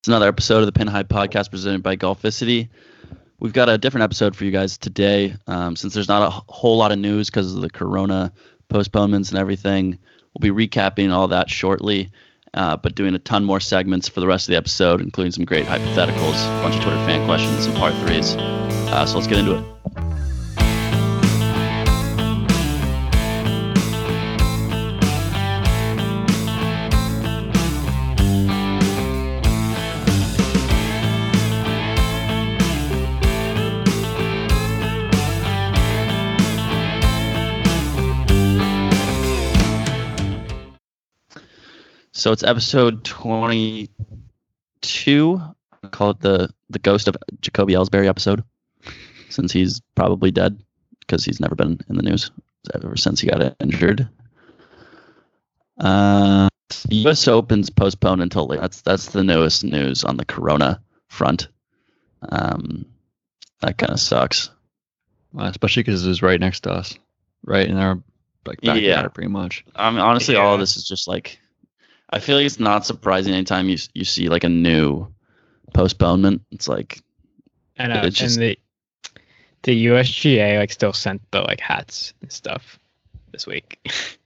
It's another episode of the Pinhide Podcast presented by Golficity. We've got a different episode for you guys today. Um, since there's not a wh- whole lot of news because of the corona postponements and everything, we'll be recapping all that shortly, uh, but doing a ton more segments for the rest of the episode, including some great hypotheticals, a bunch of Twitter fan questions, and part threes. Uh, so let's get into it. So it's episode 22. I call it the the ghost of Jacoby Ellsbury episode, since he's probably dead because he's never been in the news ever since he got injured. Uh, U.S. Open's postponed until late. That's that's the newest news on the Corona front. Um, that kind of sucks. Uh, especially because it's right next to us, right in our like backyard, Yeah. pretty much. I mean, honestly, all of Yeah. this is just like, I feel like it's not surprising anytime you s- you see like a new postponement. It's like, And, But uh, it's just- and the the USGA like still sent the like hats and stuff this week.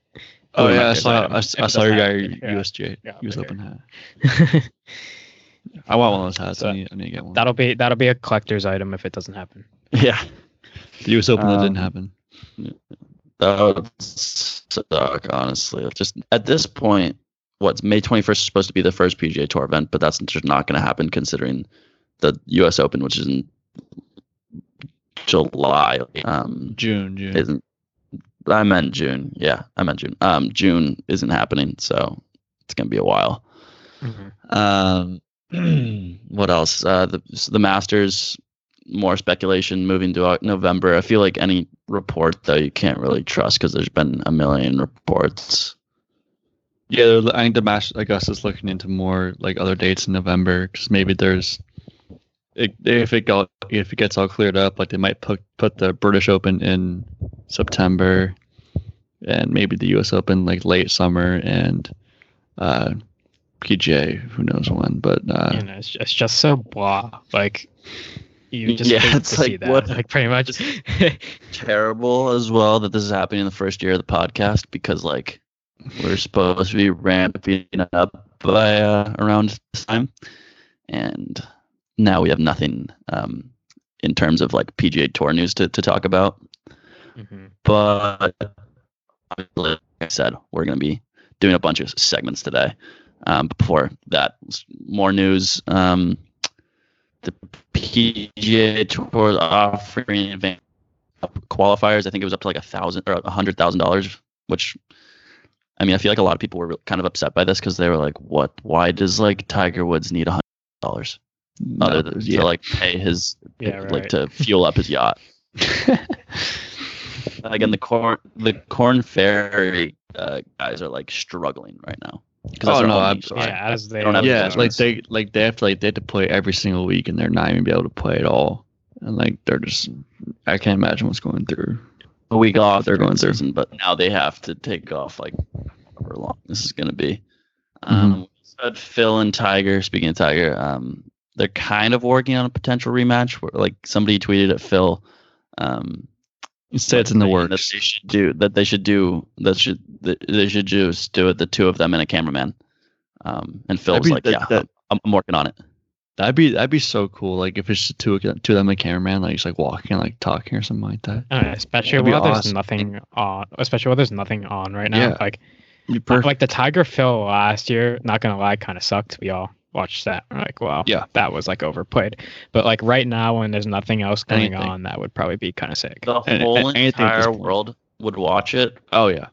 Oh, Oh, yeah, yeah, I saw yeah. I, s- I saw your guy Yeah. USJ Yeah, US okay. Open hat. I want one of those hats. So- I, need, I need to get one. that'll be that'll be a collector's item if it doesn't happen. yeah, The US Open that didn't um, happen. that would suck. Honestly, just at this point, what's May twenty first is supposed to be the first PGA Tour event, but that's just not going to happen considering the U.S. Open, which is in July. Um, June, June. isn't I meant June. Yeah, I meant June. Um, June isn't happening, so it's gonna be a while. Um, what else? Uh, the the Masters. More speculation moving to uh, November. I feel like any report though you can't really trust because there's been a million reports. Yeah, they're, I think the match Augusta's looking into more like other dates in November because maybe there's it, if it got if it gets all cleared up, like they might put put the British Open in September, and maybe the U.S. Open like late summer and uh, PGA, who knows when, but uh, you know, it's just, it's just so blah. Like you just Yeah, yeah, hate it's to like, see that. what- Like pretty much. Terrible as well that this is happening in the first year of the podcast because like we're supposed to be ramping up by uh, around this time, and now we have nothing um, in terms of like PGA Tour news to, to talk about. Mhm. but like I said, we're going to be doing a bunch of segments today. Um, before that, s- more news. Um, the PGA Tour is offering advanced qualifiers. I think it was up to like a thousand or a hundred thousand dollars, which I mean, I feel like a lot of people were re- kind of upset by this because they were like, "What? Why does like Tiger Woods need a hundred dollars no, other than yeah. to like pay his Yeah, like right. to fuel up his yacht?" like and the corn the corn fairy uh, guys are like struggling right now because Oh, no, Yeah, as they uh, don't have yeah, insurance. like they like they have to like they have to play every single week, and they're not even be able to play at all. And like they're just, I can't imagine what's going through. a week off They're going through. season, but now they have to take off like however long this is going to be Mm-hmm. um we said phil and tiger speaking of tiger um they're kind of working on a potential rematch where like somebody tweeted at phil um You say it's in the saying that works. they should do that they should do that should that they should just do it the two of them and a cameraman um and phil was That'd be- like that- yeah that- I'm, I'm working on it That'd be that'd be so cool. Like if it's just two of- two of them, a cameraman, like just like walking, like talking or something like that. I don't know, especially That'd be while there's awesome. nothing on, especially while there's nothing on right now. Yeah. Like, Be like the Tiger fill last year. Not gonna lie, kind of sucked. We all watched that. We're like, wow, Yeah. that was like overplayed. But like right now, when there's nothing else going Anything. on, that would probably be kind of sick. the And- whole and anything at this entire point. world would watch it Oh yeah,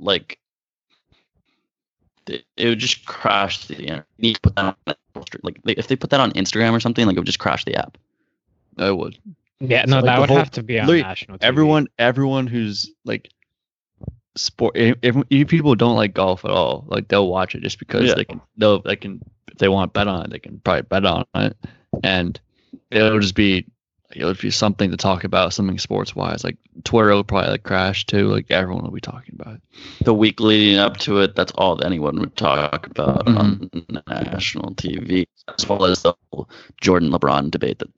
like it, it would just crash the internet. You need to put that on the Apple Store. like they, if they put that on Instagram or something, like it would just crash the app. I would. Yeah, So, no, like, that the would whole- have to be on literally, national. TV. Everyone, everyone who's like sport, if, if if people don't like golf at all, like they'll watch it just because Yeah. they can. They'll they can if they want to bet on it, they can probably bet on it, and it'll just be it'll be something to talk about, something sports wise. Like Twitter will probably like crash too. Like everyone will be talking about it. the week leading up to it, that's all that anyone would talk about on Mm-hmm. national TV, as well as the whole Jordan LeBron debate that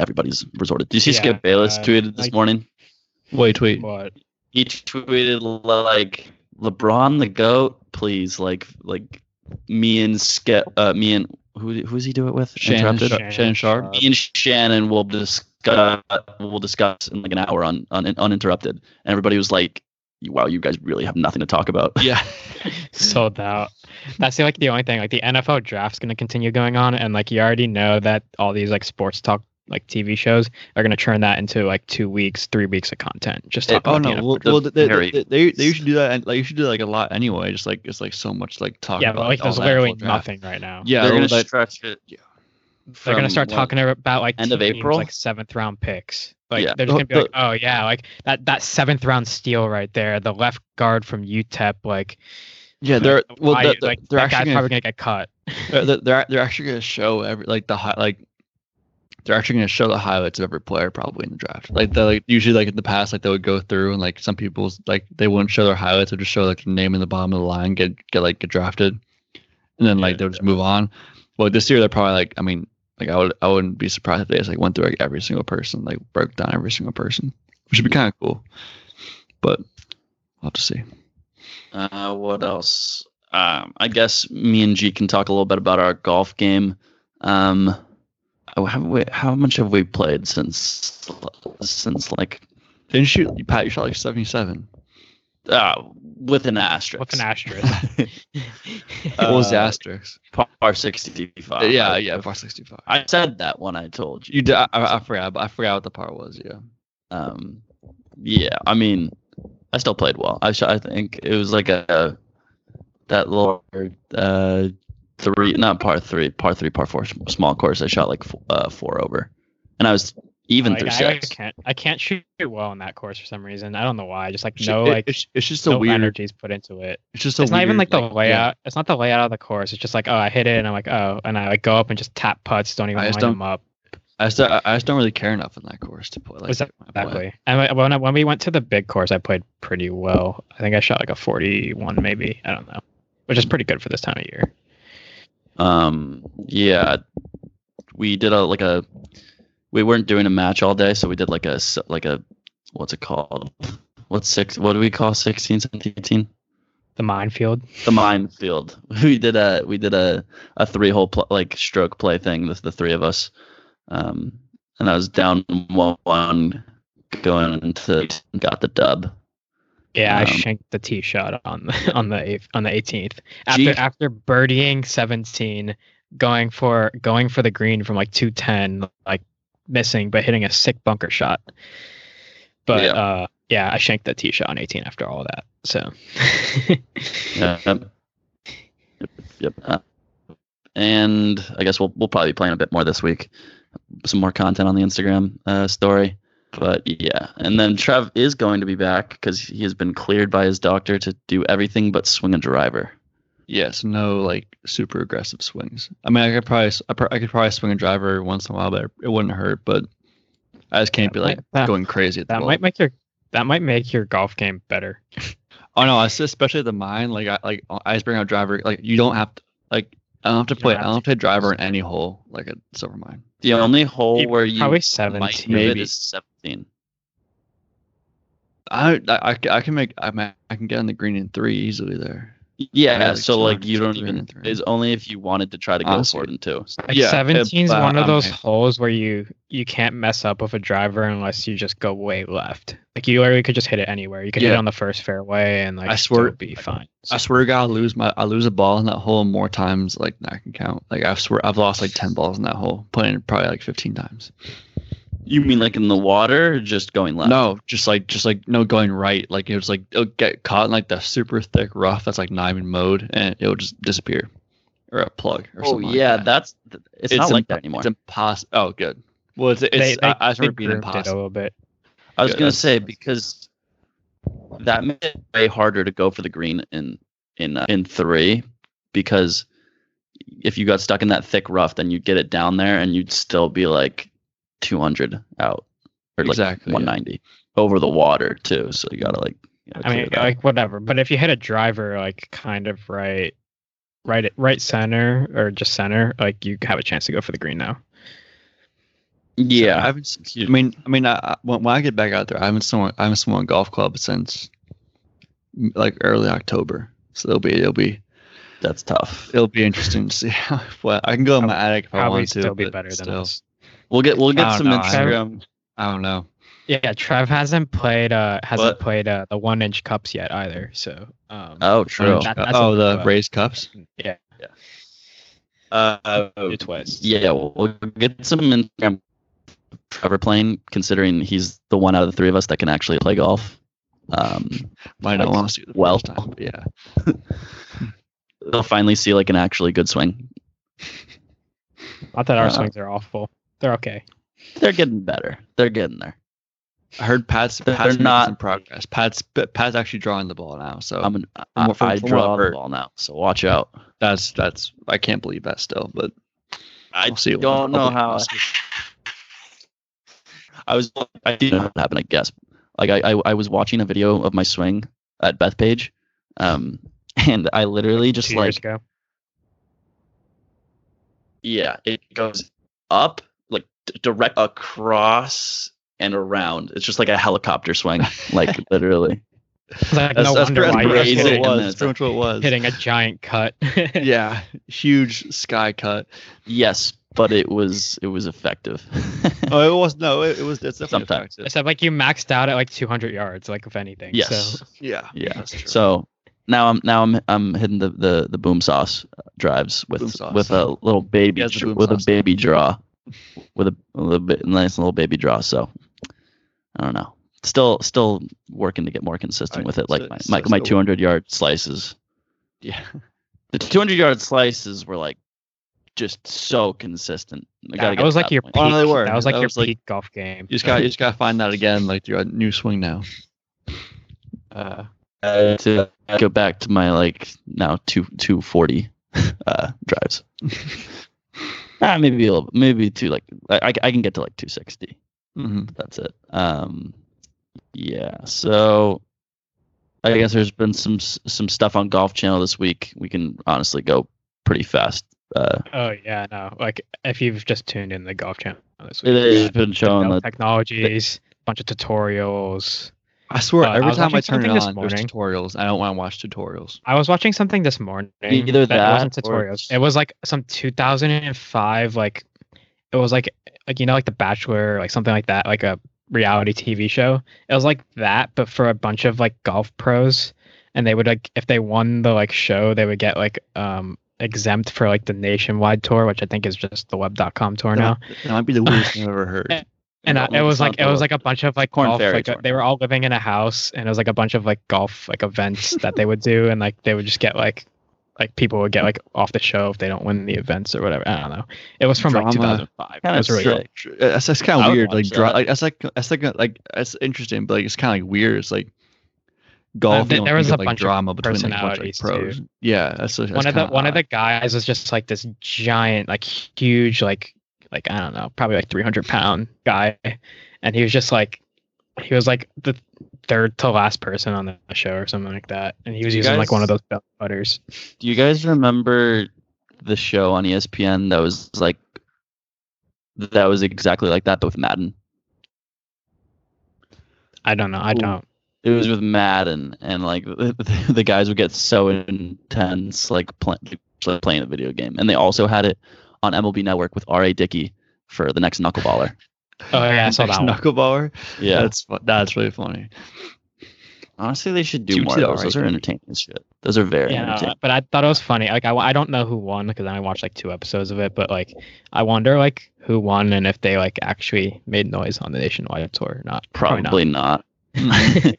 everybody's resorted. Do you see Yeah, Skip Bayless uh, tweeted this I- morning? Wait, tweet. What? He tweeted like LeBron the goat, please, like like me and Skip, uh, me and who who does he do it with? Shannon, Interrupted? Sharp. Shannon Sharp. me and Shannon will discuss will discuss in like an hour on, on uninterrupted. And everybody was like, "Wow, you guys really have nothing to talk about." Yeah. Sold out. That's like the only thing. Like the NFL draft's gonna continue going on, and like you already know that all these like sports talk like TV shows are gonna turn that into like two weeks, three weeks of content. Just It- talk Oh about the no! NFL. Well, the well they, very- they, they, they, usually do that. And, like you should do like a lot anyway. Just like it's like so much like talk. yeah, about but like all there's the literally NFL draft. nothing right now. Yeah, they're all gonna that- stretch it. they're gonna from start what- talking about like end of teams, April? like seventh round picks. Like Yeah. they're just Oh, gonna be like, oh yeah, like that that seventh round steal right there, the left guard from UTEP, like Yeah, they're well, why- they're, they're, like they're that guy's actually probably gonna, gonna get cut. they're, they're they're actually gonna show every like the high like they're actually gonna show the highlights of every player probably in the draft. Like they like usually like in the past like they would go through and like some people's like they wouldn't show their highlights, they would just show like the name in the bottom of the line get get like get drafted, and then like Yeah. they'll just move on. Well, this year they're probably like I mean like I would I wouldn't be surprised if they just like went through like every single person like broke down every single person, which would be kind of cool, but I'll have to see. Uh, what else? Um, I guess me and G can talk a little bit about our golf game. Um, oh, have we, how much have we played since since like Didn't you Pat? You shot like seventy seven. uh, with an asterisk? With an asterisk. what was the Uh, asterisk? par sixty five. yeah, yeah, par sixty five. I said that when I told you. You did, I, I I forgot. I forgot what the par was. Yeah. Um, yeah, I mean, I still played well. I shot. I think it was like a that little uh three, not par three, par three, par four, sm- small course. I shot like f- uh, four over, and I was even Like, through I, I six. can't I can't shoot well on that course for some reason. I don't know why. Just like It's ju- no it- like it's, it's just a no weird. energy's put into it. It's just a It's not even weird, like the yeah, layout. It's not the layout of the course. It's just like oh I hit it and I'm like oh and I like go up and just tap putts. Don't even I line just don't- them up. I just I, I just don't really care enough in that course to play. Like, Is that- my play. Exactly. And like, when I, when we went to the big course, I played pretty well. I think I shot like a 41, maybe. I don't know, which is pretty good for this time of year. Um, yeah, we did a like a. We weren't doing a match all day, so we did like a s- like a what's it called? What's six? What do we call 16, 17, 18? The minefield. the minefield. We did a we did a a three hole pl- like stroke play thing. The, the three of us, um, and I was down one one going into got the dub. Yeah, I Um, shanked the tee shot on the on the eighth, on the 18th after Gee. after birdieing 17, going for going for the green from like 210, like missing but hitting a sick bunker shot. But Yeah. uh, yeah, I shanked the tee shot on 18 after all of that. So Yep. Yep. yep. Uh, and I guess we'll we'll probably be playing a bit more this week. Some more content on the Instagram uh, story. But yeah, and then Trev is going to be back because he has been cleared by his doctor to do everything but swing a driver. Yes. No like super aggressive swings. I mean, I could probably s- I, pr- I could probably swing a driver every once in a while, but it wouldn't hurt. But I just can't That be like might- that- going crazy at the that ball. might make your that might make your golf game better. Oh no, it's especially the mine. Like I like uh, I just bring out driver. Like you don't have to like. I don't have to You don't play. I have don't have to play driver in any hole like a silver mine. The only hole where you Probably might 17. move it Maybe. is seventeen. I, I, I can make I, ma- I can get on the green in three easily there. Yeah, Yeah, like so two like and you don't three even and three. is only if you wanted to try to go Honestly. for it in two. um, Like Yeah, it- 17 is but one of I'm those here. holes where you you can't mess up with a driver unless you just go way left. Like you literally could just hit it anywhere. You could hit Yeah. it on the first fairway and like I swear- still be fine. I swear to God, I lose my I lose a ball in that hole more times like than I can count. Like I swear I've lost like ten balls in that hole, playing it probably like fifteen times. You mean like in the water, or just going left? No, just like just like no going right. Like it was like it'll get caught in like the super thick rough that's like not even mowed, and it'll just disappear, or a plug or Oh something. like yeah, that. that's th- it's, not like impo- that anymore. It's impossible. Oh good. Well, it's it's They- I, I just They remember being grooved it a impossible. little bit. I was yeah, gonna that's- say because that made it way harder to go for the green in in uh, in three because if you got stuck in that thick rough, then you'd get it down there and you'd still be like 200 out or like Exactly, yeah. 190 over the water too. So you gotta like. you gotta I clear mean, that. like whatever. But if you hit a driver, like kind of right, right, right center or just center, like you have a chance to go for the green now. yeah, I haven't. s- I mean, I mean, I, I- when, when I get back out there, I haven't swung. I haven't swung a golf club since mm, like early October. So it'll be it'll be that's tough. it'll be interesting to see how. Well, I can go in my attic if I Probably want to. still be but better than still. us. We'll get we'll I get don't some know, insight. I- I don't know. Yeah, Trev hasn't played uh hasn't What? played uh the one inch cups yet either. So um Uh, Oh, true. that- that's oh, a- the uh, raised cups. yeah, Uh, do twice. yeah, we'll we'll get some Instagram. Trevor playing, considering he's the one out of the three of us that can actually play golf. Um, Might not like, want to see the well. first time. but Yeah, they'll finally see like an actually good swing. Not that our Uh, swings are awful. They're okay. They're getting better. They're getting there. I heard Pat's. They're Pat's making not- Um, some progress. Pat's Pat's actually drawing the ball now. Oh. So I'm an, From I, what- from I what draw I've the heard. ball now, so watch out. that's that's I can't believe that still, but I We'll see. don't I'll know be how. honest. I was. I didn't know what happened. I guess. Like I, I, I was watching a video of my swing at Bethpage, um, and I literally just Two like years ago. yeah, it goes up like d- direct across and around. It's just like a helicopter swing, like literally. It's like that's, no that's wonder pretty why you much you're guys hit it and what it hitting, then was. it's That's pretty much what it was. hitting a giant cut. yeah. yeah, huge sky cut. Yes, but it was it was effective. Oh, it was no, it, it was. It's definitely Sometimes. effective. Except like you maxed out at like 200 yards, like if anything. yes. So Yeah, Yeah. That's true. So now I'm now I'm I'm hitting the the, the boom sauce uh, drives with Boom sauce. with a little baby He has the dr- boom with sauce. a baby draw with a, a little bit nice little baby draw. So I don't know. Still still working to get more consistent Right, with it. so- Like my so my, my still- 200 yard slices. yeah, The 200 yard slices were like just so consistent. I gotta that get was to like that your peak. point. Oh, no, they were. that was like That your was, like- peak golf game. you just uh, got you just got to find that again, like your new swing now. Uh, Uh, to go back to my like now two two forty uh, drives. ah, maybe a little, maybe to like I, I can get to like two sixty. hmm That's it. Um, yeah. So I guess there's been some s- some stuff on Golf Channel this week. We can honestly go pretty fast. Uh, oh yeah, no. Like if you've just tuned in the golf channel this week, they've yeah, been showing Dell the technologies, bunch of tutorials. I swear, Uh, I every was time I watching turn it something this on, there's morning. tutorials. I don't want to watch tutorials. I was watching something this morning. Either wasn't that or it's- tutorials. It was like some 2005, like it was like like you know like The Bachelor, like something like that, like a reality TV show. It was like that, but for a bunch of like golf pros, and they would like if they won the like show, they would get like um exempt for like the nationwide tour, which I think is just the Web.com tour now. That, that might be the weirdest thing I've ever heard. And I, Not it like was like it Santa was like a bunch of like Corn golf. Ferry Like, uh, tour. they were all living in a house, and it was like a bunch of like golf like events that they would do, and like they would just get like like people would get like off the show if they don't win the events or whatever. I don't know. It was from like Drama. 2005. Kinda It was sick. really cool. Dr- dr- That's, that's kind I of would weird. Like, watch draw, that. like that's like that's like a, like that's interesting, but like it's kind of like weird. It's like golf. there- you don't there think was of, a like bunch of drama between like, a bunch of like, personalities, pros. too. Yeah, that's, that's one of the kinda one of the odd. guys was just like this giant, like huge, like like I don't know, probably like 300 pound guy, and he was just like he was like the third to last person on the show or something like that, and he was You using like one of guys- those belt butters. Do you guys remember the show on E ESPN that was like that was exactly like that, but with Madden? I don't know. I Ooh. don't. It was with Madden, and like the, the guys would get so intense, like, play, like playing the video game. And they also had it on MLB Network with R.A. Dickey for the next knuckleballer. Oh yeah, I saw that one. Knuckleballer. Yeah, that's fu- that's really funny. honestly, they should do Dude, more see of those. the Those R.A. are Dickey. entertaining as shit. Those are very Yeah, no, entertaining. but I thought it was funny. Like I, wa- I don't know who won because I watched like two episodes of it, but like I wonder like who won and if they like actually made noise on the nationwide tour or not. Probably not. not.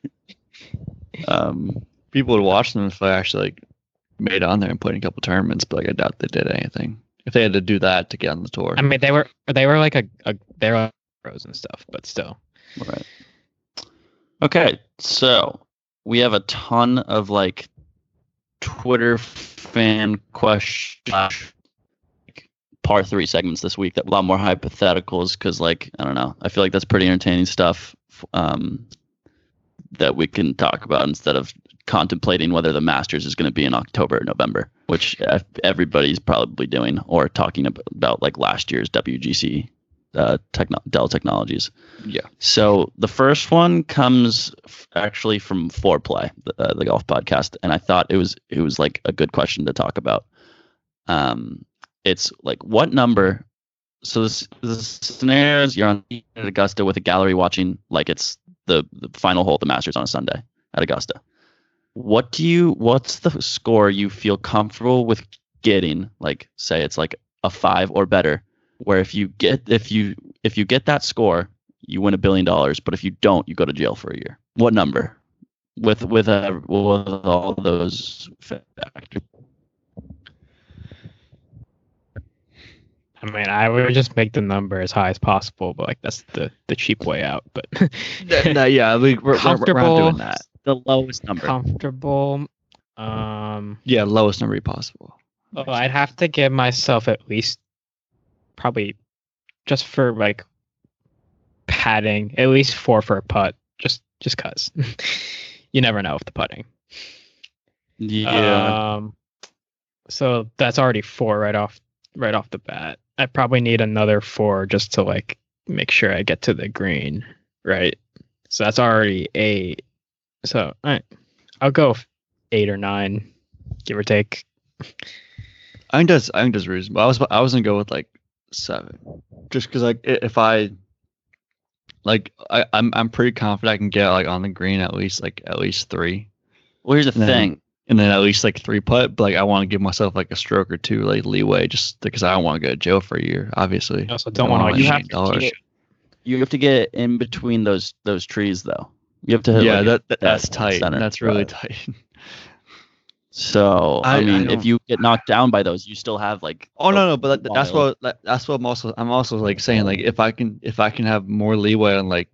Um, People would watch them if they actually like made it on there and played in a couple tournaments, but like I doubt they did anything. If they had to do that to get on the tour, I mean they were they were like a, a they were like pros and stuff, but still. Right. Okay, so we have a ton of like Twitter fan question par three segments this week that a lot more hypotheticals because like I don't know I feel like that's pretty entertaining stuff f- um, that we can talk about instead of contemplating whether the Masters is going to be in October or November, which uh, everybody's probably doing or talking ab- about like last year's WGC uh, techno- Dell Technologies. Yeah. So the first one comes f- actually from Foreplay, the, uh, the golf podcast, and I thought it was it was like a good question to talk about. Um, it's like what number? So this, the scenario is you're on at Augusta with a gallery watching like it's the, the final hole at the Masters on a Sunday at Augusta. What do you? What's the score you feel comfortable with getting? Like say it's like a five or better. Where if you get if you if you get that score, you win a billion dollars. But if you don't, you go to jail for a year. What number? With with uh, with all those factors. I mean, I would just make the number as high as possible, but like that's the the cheap way out. But no, yeah, we, we're, we're, we're not Comfortable. doing that. The lowest number. comfortable. Um, Yeah, lowest number possible. oh, I'd have to give myself at least probably just for like padding, at least four for a putt, just just cause. you never know with the putting. Uh, Yeah. Um, so that's already four right off right off the bat. I probably need another four just to like make sure I get to the green, right? So that's already eight. So all right, I'll go f- eight or nine, give or take. I think that's I think that's reasonable. I was I was gonna go with like seven, just because like i- if I like I, I'm I'm pretty confident I can get like on the green at least like at least three, well, here's the no. thing. and then at least like three putt. But like I want to give myself like a stroke or two like leeway, just because I don't want to go to jail for a year. Obviously, I also don't want to. Oh, Like, you cheat have to $8. the get, shit. you have to get in between those those trees though. You have to hit yeah, like, that, that that's that tight. center, That's really right. tight. So I, I- I mean, if don't- you get knocked down by those, you still have like. Oh the no, no, but that, that's wild- what that, that's what I'm also I'm also like saying like if I can if I can have more leeway on like,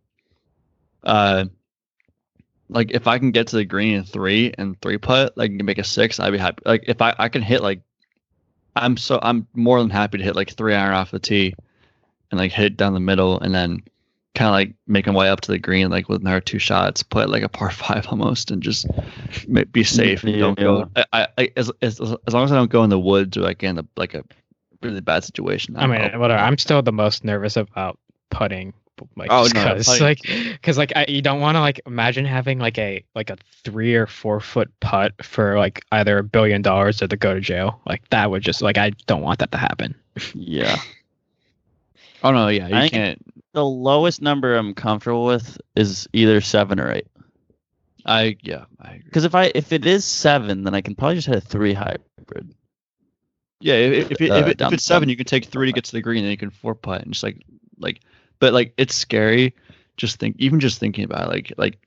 uh, like if I can get to the green in three and three putt, like make a six, I'd be happy. Like if I I can hit like, I'm so I'm more than happy to hit like three iron off the tee, and like hit down the middle and then kind of like make my way up to the green like with another two shots, put like a par five almost, and just ma- be safe and don't go. I, I, I as, as as long as I don't go in the woods or like in the like a really bad situation. I mean, I'll- whatever. I'm still the most nervous about putting. Like, Oh, just no, 'cause, putting- like, because like I, you don't want to like imagine having like a like a three or four foot putt for like either a billion dollars or to go to jail. Like that would just like I don't want that to happen. Yeah. oh no, yeah, you I think- can't. The lowest number I'm comfortable with is either seven or eight. I yeah, I agree. Because if I if it is seven, then I can probably just hit a three hybrid. Yeah, if if, it- Uh, if, it, if down- it's seven, down- you can take three to get to the green, and you can four putt and just like like, but like it's scary. Just think, even just thinking about it, like like,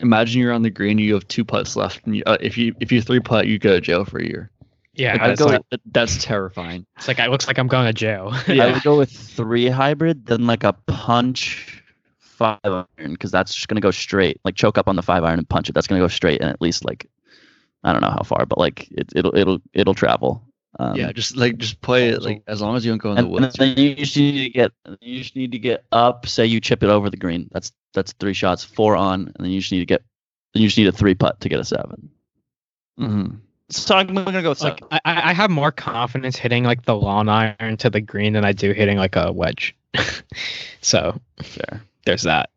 imagine you're on the green, you have two putts left, and you, uh, if you if you three putt, you go to jail for a year. Yeah, Like, I'd that's, go- like, that's terrifying. it's like it looks like I'm going to jail. I would go with three hybrid, then like a punch five iron, because that's just gonna go straight. Like choke up on the five iron and punch it. That's gonna go straight and at least like I don't know how far, but like it, it'll it'll it'll travel. Um, yeah, just like just play it like as long as you don't go in the and, and woods. then you just need to get you just need to get up. Say you chip it over the green. That's that's three shots, four on, and then you just need to get then you just need a three putt to get a seven. Mhm. So I'm gonna go with Mm-hmm. like seven. I, I I have more confidence hitting like the long iron to the green than I do hitting like a wedge. so Fair. there's that.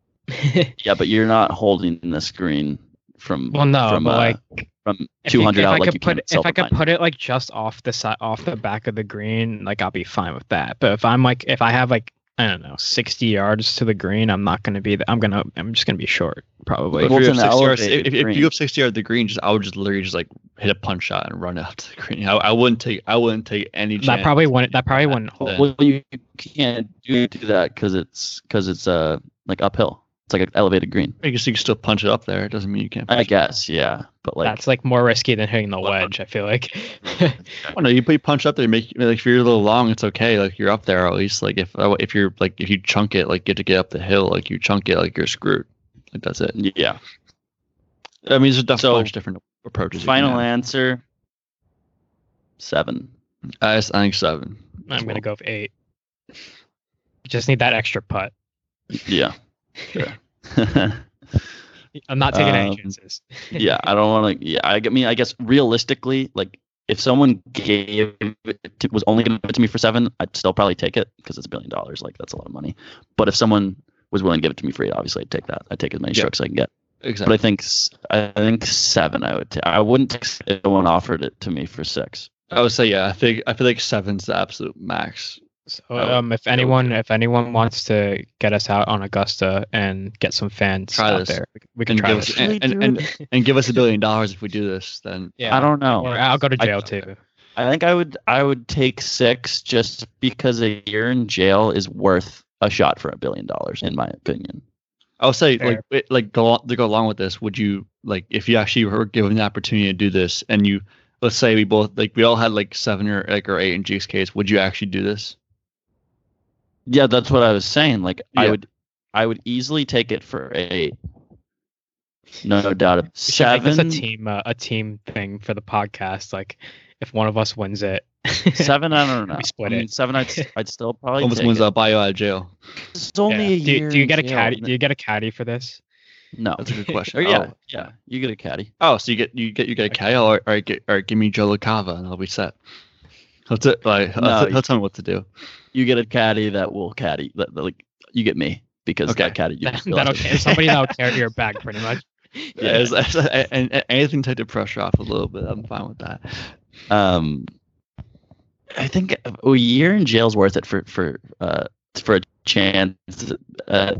Yeah, but you're not holding the screen from well, no, from but uh, like from If you- two hundred if out. I like could you put can it- if I could put it like just off the side, off the back of the green, like I'll be fine with that. But if I'm like, if I have like, I don't know, sixty yards to the green, I'm not gonna be. The, I'm gonna. I'm just gonna be short probably. If, Well, you it's have an 60 yards, elevated if, if- if green. you have sixty yards at the green, just I would just literally just like hit a punch shot and run out to the green. I, I wouldn't take I wouldn't take any. that chance. probably wouldn't. That probably Yeah. wouldn't hold. then. Well, you can't do, do that because it's because it's uh like uphill. It's like an elevated green. I guess you can still punch it up there. It doesn't mean you can't. I punch it. guess, yeah. But like, That's like more risky than hitting the Well, wedge. I feel like. Oh no, you put you punch up there. Make like if you're a little long, it's okay. Like you're up there at least. Like if uh, if you're like if you chunk it, like you have to get up the hill. Like you chunk it, like you're screwed. Like that's it. yeah. I mean, there's a def- So, bunch of different approaches. you can Final have. answer. Seven. I, s- I think seven. I'm gonna go with eight. Just need that extra putt. Yeah. Sure. I'm not taking Um, any chances. yeah, I don't want to. Yeah, I g- mean, I guess realistically, like if someone gave it to, was only going to give it to me for seven, I'd still probably take it because it's a billion dollars. Like that's a lot of money. But if someone was willing to give it to me for eight, obviously I'd take that. I'd take as many Yeah. strokes as I can get. But Exactly. I think s- I think seven. I would. T- I wouldn't take s- if someone offered it to me for six. I would say yeah. I think I feel like seven's the absolute max. So, I would- um, if would anyone, if anyone wants to get us out on Augusta and get some fans Try out this. there, we- we can And try give this. us- and- and- And give us a billion dollars if we do this. Then yeah, I don't know. Or I'll go to I- jail too. I think I would I would take six just because a year in jail is worth a shot for a billion dollars in my opinion. I would say like Fair. it, like go al- to go along with this. Would you like if you actually were given the opportunity to do this and you let's say we both like we all had like seven or like or eight in Jake's case, would you actually do this? Yeah, that's what I was saying. Like I Yeah. would I would easily take it for eight. No doubt. of- We should make this Seven a team, uh, a team thing for the podcast. Like, if one of us wins it, seven, I don't know. We split I mean, it. seven I'd, s- I'd still probably Almost take wins it. I'll buy you out of jail. It's only Yeah. a do, year. you- do you in get a jail, caddy? isn't Do it? you get a caddy for this? No. That's a good Or question. yeah, Oh, yeah. You get a caddy. Oh, so you get you get you get a KO or or, get, or give me Joe Lacava and I'll be set. He'll, t- like, he'll, No, t- he'll tell me what to do. You get a caddy that will caddy that, that, like you get me because Okay. that caddy you That, realize that'll it. ca- somebody that'll carry your bag, pretty much. Yeah. Yeah, it's- it's- and, and anything to take the pressure off a little bit, I'm fine with that. um i think uh, a year in jail's worth it for for uh for a chance uh,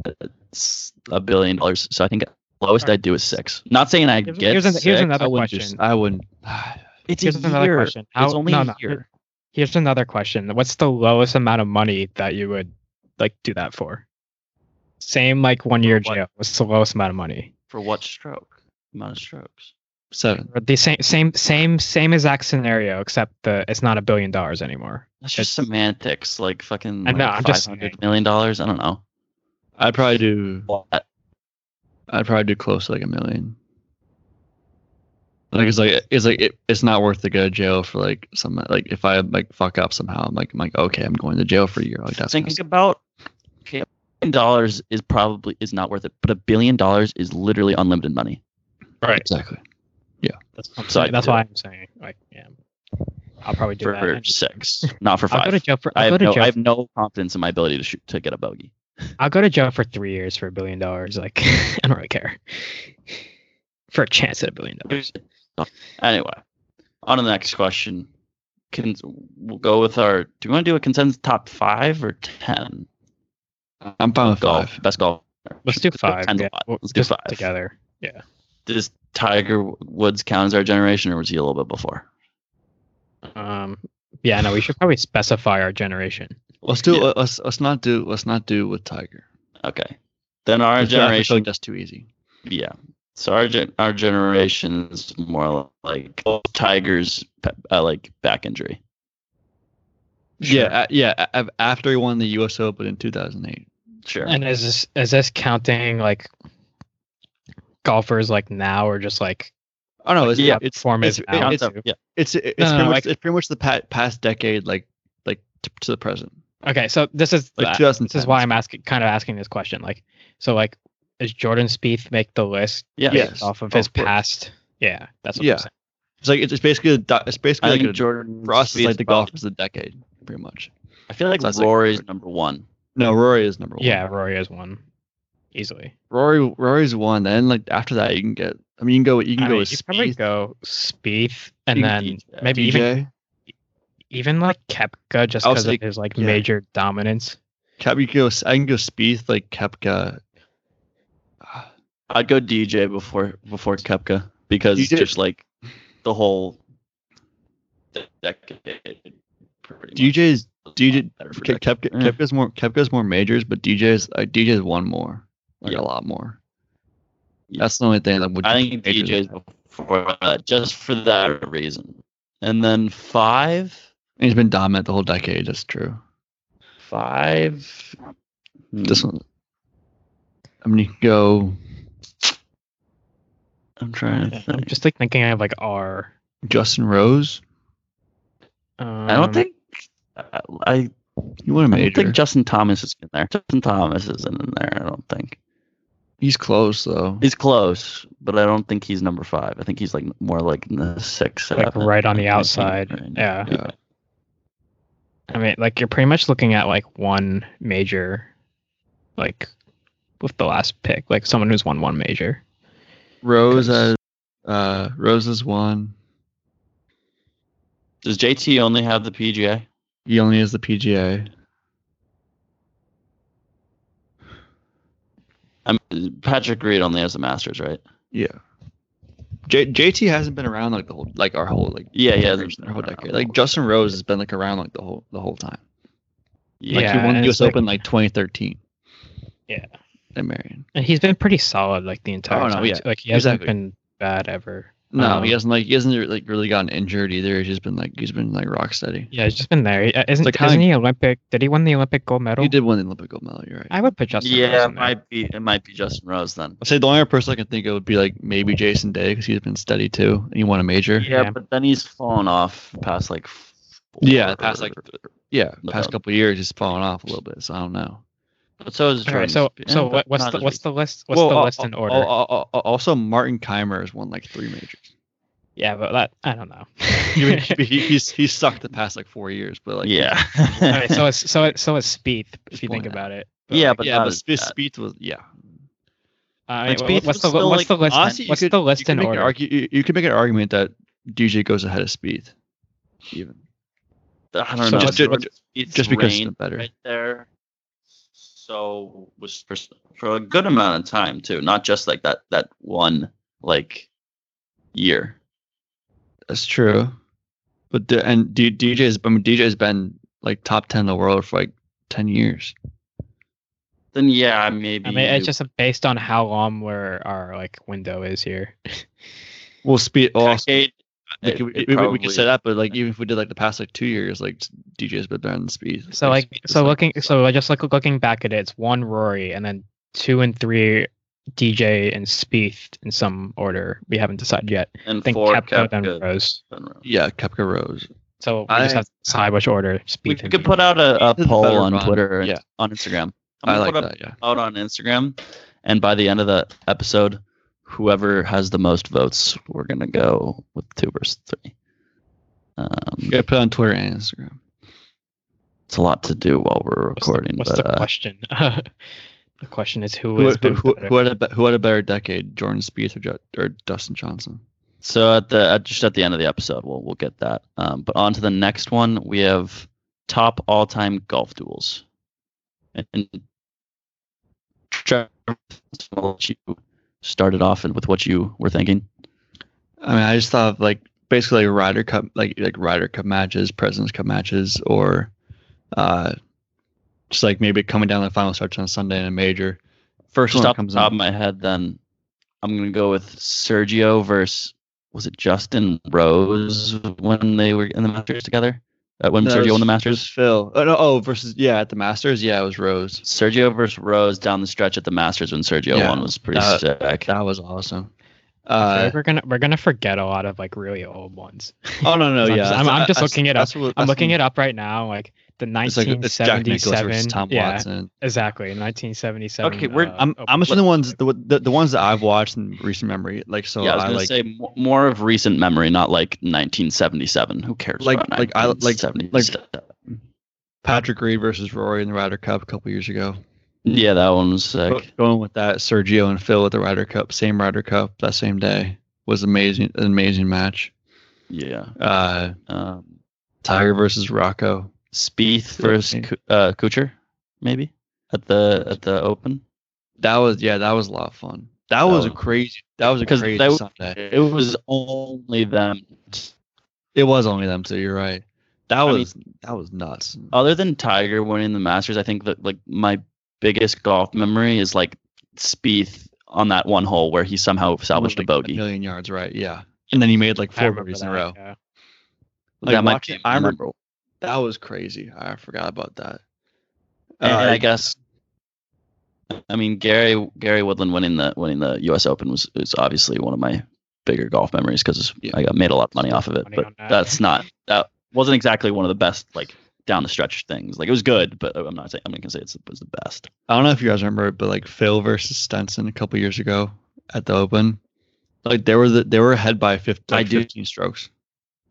s- a billion dollars so i think lowest Alright. i'd do is six not saying i Here's- get here's an- here's six. another I wouldn't just- question. I wouldn't. it's here's a another year. question. How- it's only no, a no, year Here's another question. What's the lowest amount of money that you would like do that for? Same like one year what? jail. What's the lowest amount of money? for what stroke amount of strokes Seven. Or The same same same same exact scenario, except the it's not a billion dollars anymore. that's just It's- semantics like fucking I like know, I'm just 500 saying. million dollars i don't know I'd probably do. What? I'd probably do close to like a million. Like it's like it's like it, it's not worth to go to jail for like some like if I like fuck up somehow I'm like I'm like okay I'm going to jail for a year like that's thinking about okay, a billion dollars is probably is not worth it but a billion dollars is literally unlimited money Right. exactly That's what I'm So saying. I'd that's do why I'm saying like yeah. I'll probably do for that. any- six not for I'll go five to jail for I I'll go have, to no, jail I have no confidence in my ability to shoot to get a bogey. I'll go to jail for three years for a billion dollars. Like I don't really care. For a chance at a billion dollars. Anyway, on to the next question. Can we'll go with our? Do we want to do a consensus top five or ten? I'm fine with Golf five. best golf. Let's do five. Ten's a yeah. lot. We'll- Let's do just five. together. Yeah. Does Tiger Woods count as our generation, or was he a little bit before? Um, yeah, no, we should probably specify our generation. Let's do Yeah. let's let's not do let's not do with Tiger. Okay, then our I feel- I feel generation. like that's too easy. Yeah, so our gen- our generation is more like Tiger's pe- uh, like back injury. Sure. Yeah, uh, yeah. a- a- After he won the U.S. Open in 2008, Sure. And is this is this counting like golfers like now or just like oh no, it's Yeah, it's form is Uh, it's- now? Counts up, too? yeah. it's it's, No, no, pretty, no, much, I- it's pretty much the pa- past decade, like like to, to the present, Okay, so this is like that- 2010. this is why I'm asking kind of asking this question. Like, so like, does Jordan Spieth make the list Yeah. Yes. off of of his course. past? Yeah, that's what Yeah. I'm saying. It's like it's it's basically a do- it's basically I like think a, Jordan for us it's like the golf. golf is the decade, pretty much. I feel like So that's like- Rory's number one. No, Rory is number one. Yeah, Rory is one easily. Rory Rory's one. Then like after that, you can get. I mean, you can go. You can I go mean, with you probably Spieth, go Spieth and You then can DJ. maybe even DJ. even like Kepka just I'll because say- of his like yeah. major dominance. Kep, you can go. I can go Spieth, like Kepka. I'd go DJ before before Kepka because You did- just like the whole de- decade. pretty much DJ's was DJ not better for Ke- decades. Kepka, Yeah. Kepka's more Kepka's more majors, but DJ's like DJ's one more, like Yeah. a lot more. Yeah. That's the only thing that would. I think DJ's majors- before that just for that reason. And then five, and he's been dominant the whole decade. That's true. five. hmm, This one. I mean, you can go I'm trying to I'm think. just like thinking of like R. Justin Rose. I Um, don't think I. I you wouldn't I don't Major. think Justin Thomas is in there. Justin Thomas isn't in there. I don't think He's close though. he's close, but I don't think he's number five. I think he's like more like in the six, like seven, right on the eight outside. range. Yeah. Yeah. I mean, like you're pretty much looking at like one major, like with the last pick, like someone who's won one major. Rose has uh Rose is one. Does JT only have the PGA? He only has the PGA. I mean, Patrick Reed only has the Masters, right? Yeah. J- JT hasn't been around like the whole like our whole like Yeah, yeah. generation, our whole decade. Like Justin Rose has been like around like the whole the whole time. Like Yeah, he won and the it's US Open like 2013 Yeah, at Marion. and he's been pretty solid like the entire Oh, no, time. yeah, too. Like he hasn't exactly. been bad ever. No, Um, he hasn't like he hasn't like really gotten injured either. He's just been like he's been like rock steady. Yeah, he's just been there. He- uh, Isn't, like kinda- isn't he Olympic? Did he win the Olympic gold medal? He did win the Olympic gold medal. You're right. I would put Justin. yeah, it Rose in there. might be it might be Justin Rose then. I'd say the only other person I can think of would be like maybe Jason Day because he's been steady too, and he won a major. Yeah, Yeah. but then he's fallen off past like. Four, Yeah, past, like, Yeah, No past doubt. couple years he's fallen off a little bit, so I don't know. But so is All right, Jordan so Spieth, so but what, what's not the as what's recent. the list? What's the al- list in al- order? al- al- al- uh, also, Martin Keimer has won like three majors. yeah, but that I don't know. He, he, he's he's sucked the past like four years, but like yeah. All right, so it's so it's so it's Speed if Just you think point out. about it. yeah, but yeah, not but as Spieth bad. Spieth was yeah. I Like, mean, Spieth what's was the still, what's the like, list? Honestly, you what's could- the you list could in make an order? argu- you, you could make an argument that DJ goes ahead of Spieth, even I don't So know. just- Jordan Spieth's just because it's reign not better. right there. So was for, for a good amount of time too, not just like that that one like year. That's true. But the, and D, DJ's I mean DJ's been like top ten in the world for like ten years. Then yeah, maybe. I mean, it's you- just based on how long we're our like window is here. Well, speed also. decade. Like, it- we, it we, we probably- could say that, but like even if we did like the past like two years, like DJ's been better than Speed. So like so looking so I just like looking back at it, it's one Rory and then two and three DJ and Spieth in some order. We haven't decided yet. I and think four Kepka then Koepka, Rose. then Rose. yeah, Kepka Rose. So we I- just have to decide which order Spieth. We and could DJ. put out a, a This is poll better on run. Twitter and Yeah. on Instagram. I'm I gonna like put a that. Yeah, out on Instagram, and by the end of the episode, whoever has the most votes, we're gonna go with two versus three. Um, yeah. Put it on Twitter and Instagram. It's a lot to do while we're What's the- recording, What's but the uh, question? the question is who Who, is who, who, who had a be- who had a better decade, Jordan Spieth or, Ju- or Dustin Johnson? so at the at, just at the end of the episode, we'll we'll get that. Um, but on to the next one, we have top all time golf duels, and, and Trevor, I'll let you start it off and with what you were thinking. I mean, I just thought of like basically like Ryder Cup, like like Ryder Cup matches, Presidents Cup matches, or uh, just like maybe coming down the final starts on Sunday in a major. First Just one that off the comes top up. of my head, then I'm gonna go with Sergio versus was it Justin Rose when they were in the Masters together? Uh, when No, it Sergio won was- the it was Masters. Phil. Oh, no, oh, versus yeah, at the Masters, yeah, it was Rose. Sergio versus Rose down the stretch at the Masters when Sergio Yeah, won was pretty that- sick. That was awesome. Uh, we're gonna we're gonna forget a lot of like really old ones. oh no, no, I'm yeah, just- I'm- I'm just looking it up. I'm looking at it up right now. Like the It's like it's Jack Nicklaus 1977. versus Tom yeah, Watson. exactly. 1977. Okay, we're- uh, I'm Open. I'm assuming the ones the, the the ones that I've watched in recent memory, like so yeah, I was gonna like say mo- more of recent memory, not like 1977. Who cares? Like- about like I- like- like- 1977? Patrick Reed versus Rory in the Ryder Cup a couple years ago. yeah, that one was sick. Go- Going with that, Sergio and Phil at the Ryder Cup, same Ryder Cup that same day was amazing. An amazing match. yeah, Uh, um, Tiger versus Rocco. Spieth versus Ku- uh, Kucher, maybe at the at the Open. That was yeah, that was a lot of fun. That was a was- crazy. That was a 'cause crazy Oh. that was- Sunday. It was only them. It was only them two. You're right. That mean- Oh, was that was nuts. Other than Tiger winning the Masters, I think that like my biggest golf memory is like Spieth on that one hole where he somehow salvaged a Like bogey. million yards, right? Yeah. And then he made like I four remember birdies in a that, row. yeah. Like that might watching- be I my remember- memorable. That was crazy. I forgot about that. And Uh, I guess, I mean, Gary Gary Woodland winning the winning the U.S. Open was is obviously one of my bigger golf memories because Yeah. I got made a lot of money off of it. Money But on that. that's not that wasn't exactly one of the best like down the stretch things. Like it was good, but I'm not saying I'm not gonna say it's, it was the best. I don't know if you guys remember, but like Phil versus Stenson a couple years ago at the Open, like they were the, they were ahead by 15, I like do- 15 strokes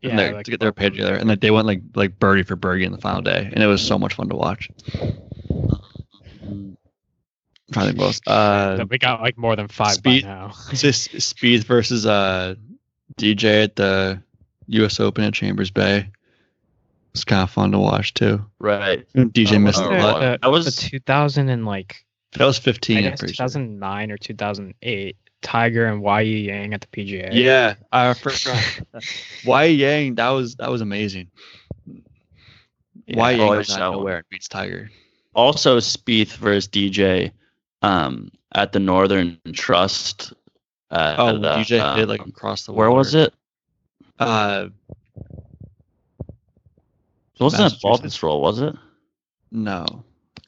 Yeah, and they- like- oh, to get their pay together, and like they went like like birdie for birdie in the final day, and it was so much fun to watch. I'm trying to think what else. Uh, we got like more than five Speed- by now. it's just Spieth versus uh, DJ at the U.S. Open at Chambers Bay. It's kind of fun to watch too. Right. DJ Oh, missed wow. a lot. Uh, I was- the 2000 and like That was I 15. I'm guess pretty sure. 2009 or 2008. Tiger and Wai Yang at the PGA. Yeah, I forgot. Why Yang? That was that was amazing. Why Oh, Yang I was saw not one. nowhere and beats Tiger. Also Spieth versus DJ um at the Northern Trust. Uh, Oh, the, DJ um, did like across the. where was water. it? Uh, It wasn't at Massachusetts. Baltusrol, was it? no.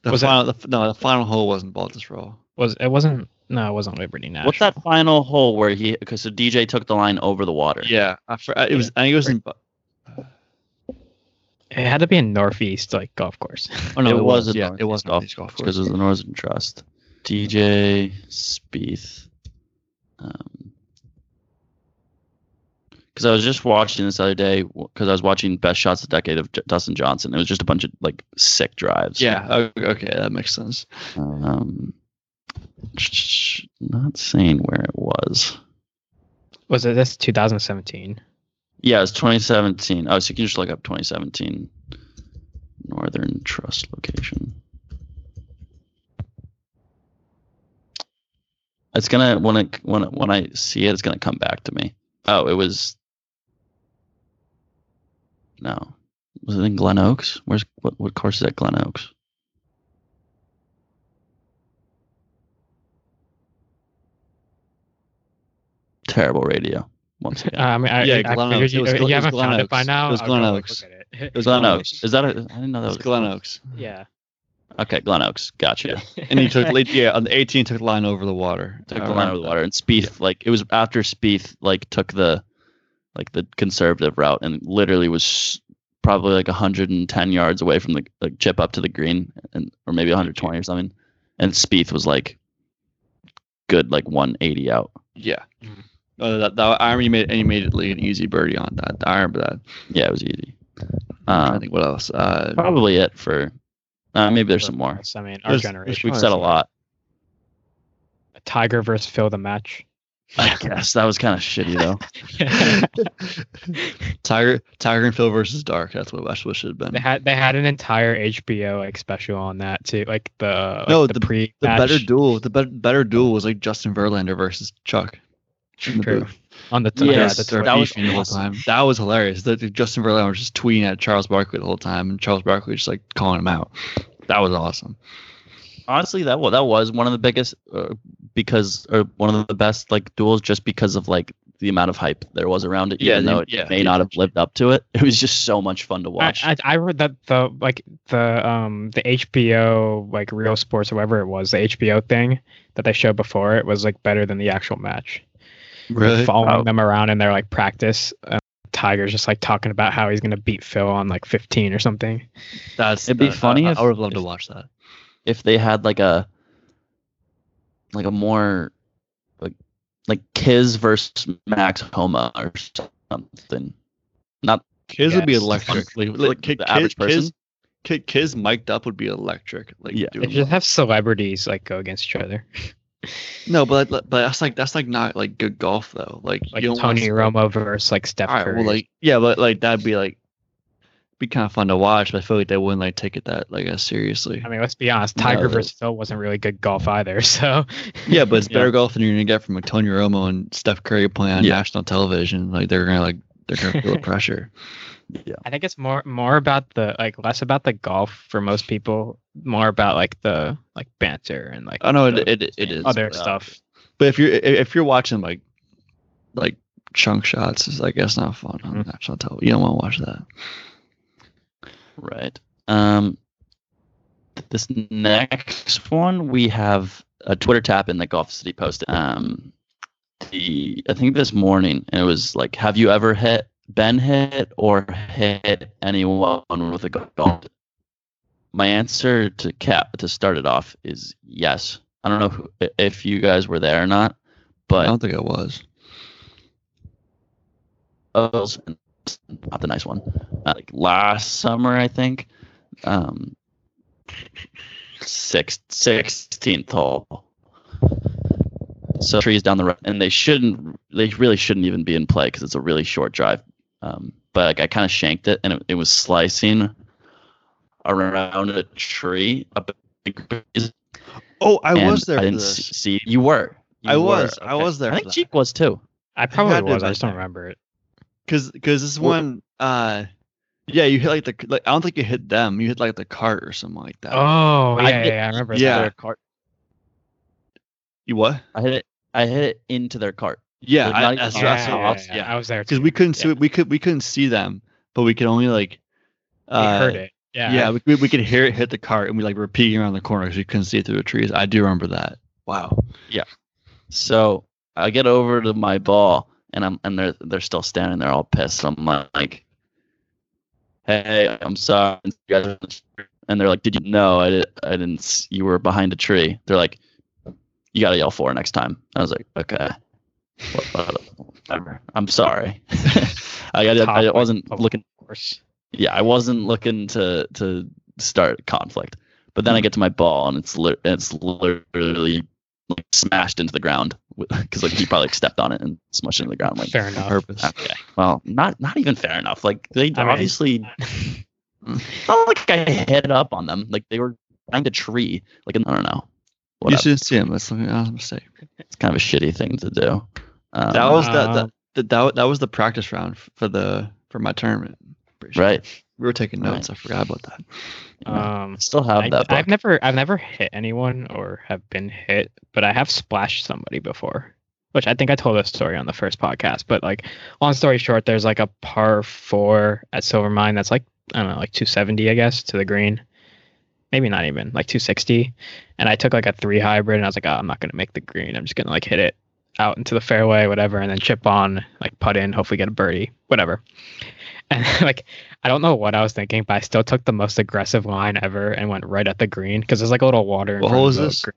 The Was that- final, the, no, the final hole wasn't Baltusrol. Was it wasn't no, it wasn't Liberty National. What's that final hole where he? Because so DJ took the line over the water. Yeah, I for, uh, it was. I think it was in. Bu- It had to be a northeast like golf course. Oh no, It it, was was. in yeah, North it was East not Golf East golf because course. it was the Northern Trust. DJ Spieth. Because I was just watching this other day because I was watching Best Shots of the Decade of J- Dustin Johnson. It was just a bunch of like sick drives. Yeah. o- Okay, that makes sense. Um, not saying where it was. Was it this 2017? Yeah, it was 2017. Oh, so you can just look up 2017 Northern Trust location. It's gonna when it when it, when I see it, it's gonna come back to me. Oh, it was. No, was it in Glen Oaks? Where's what? What course is at Glen Oaks? Terrible radio. Once again. Uh, I mean, I, Yeah, I Glen figured Oaks. It You, was- if it was you haven't Glen found it by Oaks. now. It was I'll Glen go look Oaks. at it. It was Glen Glen Oaks. Is that? A, I didn't know It that was was. Glen Oaks, yeah. Okay, Glen Oaks. Gotcha. and he took lead. Yeah, on the 18, took the line over the water. Uh, Took I the line remember over the that. water, and Spieth like it was after Spieth like took the like the conservative route and literally was probably like 110 yards away from the like chip up to the green and or maybe 120 or something, and Spieth was like good like 180 out. Yeah. Mhm. Uh, that, that I remember you made and you made it like an easy birdie on that. I remember that. Yeah, it was easy. I Um, think what else? Uh, probably it for uh, maybe there's some more. I mean, our There's- generation. We've said a lot. Tiger versus Phil the match. I guess that was kind of shitty though. Tiger, Tiger and Phil versus Dark. That's what that's what should have been. They had they had an entire HBO like special on that too, like the like No, the, the- pre The better duel, the be- better duel was like Justin Verlander versus Chuck. in the True. booth. on the Yeah, Like, Yes, they're- they're yeah, the that was beefing the whole awesome. time. That was hilarious. The, the Justin Verlander was just tweeting at Charles Barkley the whole time, and Charles Barkley was just like calling him out. That was awesome. honestly that was that was one of the biggest uh, because or one of the best like duels just because of like the amount of hype there was around it Yeah, even the- though it yeah, may the not have lived up to it it was just so much fun to watch I, I, I read that the like the um the HBO like real sports or whatever it was the HBO thing that they showed before it was like better than the actual match. Really? Following Oh. them around in their like practice, um, Tiger's just like talking about how he's gonna beat Phil on like 15 or something. That's It'd be that- funny I, if- I would have loved to if- watch that. if they had like a like a more like like Kiz versus Max Homa or something not Kids would be Yes. electric. Like, Like, like, the kid, average average person? person. Kid, kids mic'd up would be electric. Like Yeah. They doing just have celebrities like go against each other, No, but but that's like that's like not like good golf though. Like, like you don't wanna Tony see- Romo versus like Steph All right, Curry. well, like yeah, but like that'd be like be kind of fun to watch. But I feel like they wouldn't like take it that like as seriously. I mean, let's be honest. No, Tiger that- versus Phil wasn't really good golf either. So yeah, but it's Yeah. better golf than you're gonna get from like Tony Romo and Steph Curry playing on Yeah. national television. Like they're gonna like they're gonna feel the pressure. I think it's more more about the like less about the golf for most people, more about like the like banter and like I know the it it, it is other but, uh, stuff. But if you're if- if you're watching like like chunk shots, it's like that's not fun on Mm-hmm. Mhm. national television. You don't want to watch that. Right. Um, th- this next one we have a Twitter tap in that Golf City posted. Um, the I think this morning and it was like, have you ever hit Ben hit or hit anyone with a golf? My answer to cap to start it off is yes. I don't know who, if you guys were there or not, I but don't think I was. O's not the nice one. Uh, like last summer, I think, um, sixth, 16th hole. So trees down the road, and they shouldn't. They really shouldn't even be in play because it's a really short drive. Um, but like I kind of shanked it, and it, it was slicing around a tree. Up in the trees, Oh, I and was there I for didn't this. s- see you were. You I were, was. I okay. was there. I think Cheek was too. I probably had to have was. I been just don't there. remember it. Cause, cause this Well- one, uh, yeah, you hit like the like. I don't think you hit them. You hit like the cart or something like that. Oh yeah, I yeah, did- yeah, I remember. Yeah. that. Their cart. You what? I hit it. I hit it into their cart. Yeah, They're I- not even that's yeah, what I saw. yeah, I was- yeah, I was there because too. we couldn't see Yeah. we could we couldn't see them, but we could only like I uh, heard it. Yeah, Yeah, we, we we could hear it hit the cart, and we like were peeking around the corner because we couldn't see it through the trees. I do remember that. Wow. So I get over to my ball, and I'm and they're they're still standing there, all pissed. I'm like, "Hey, I'm sorry." you guys are in the tree." And they're like, "Did you know I did, I didn't? s- You were behind a tree." They're like, "You gotta yell for next time." I was like, "Okay, What- whatever. I'm sorry. I, I, I Topic wasn't of looking. course. Yeah, I wasn't looking to to start conflict." But Hmm. then I get to my ball, and it's lit- it's literally like smashed into the ground because like he probably like, stepped on it and smushed it into the ground. Like, Fair On enough. purpose. okay, well, not not even fair enough. Like they I mean- obviously, not like I hit up on them. Like they were behind a tree. Like I don't know. You Whatever. should see him. That's something I was gonna say. It's kind of a shitty thing to do. Um, That was Um, that that that that was the practice round f- for the for my tournament. Pretty sure. um, right. We were taking Right. notes. I forgot about that. Um, I still have I, that. Book. I've never, I've never hit anyone or have been hit, but I have splashed somebody before, which I think I told this story on the first podcast. But like, long story short, there's like a par four at Silvermine that's like I don't know, like 270, I guess, to the green, maybe not even like 260. And I took like a three hybrid, and I was like, oh, I'm not gonna make the green. I'm just gonna like hit it out into the fairway, whatever, and then chip on, like putt in, hopefully get a birdie, whatever. And like I don't know what I was thinking, but I still took the most aggressive line ever and went right at the green because there's like a little water. in What front hole of is the this? green.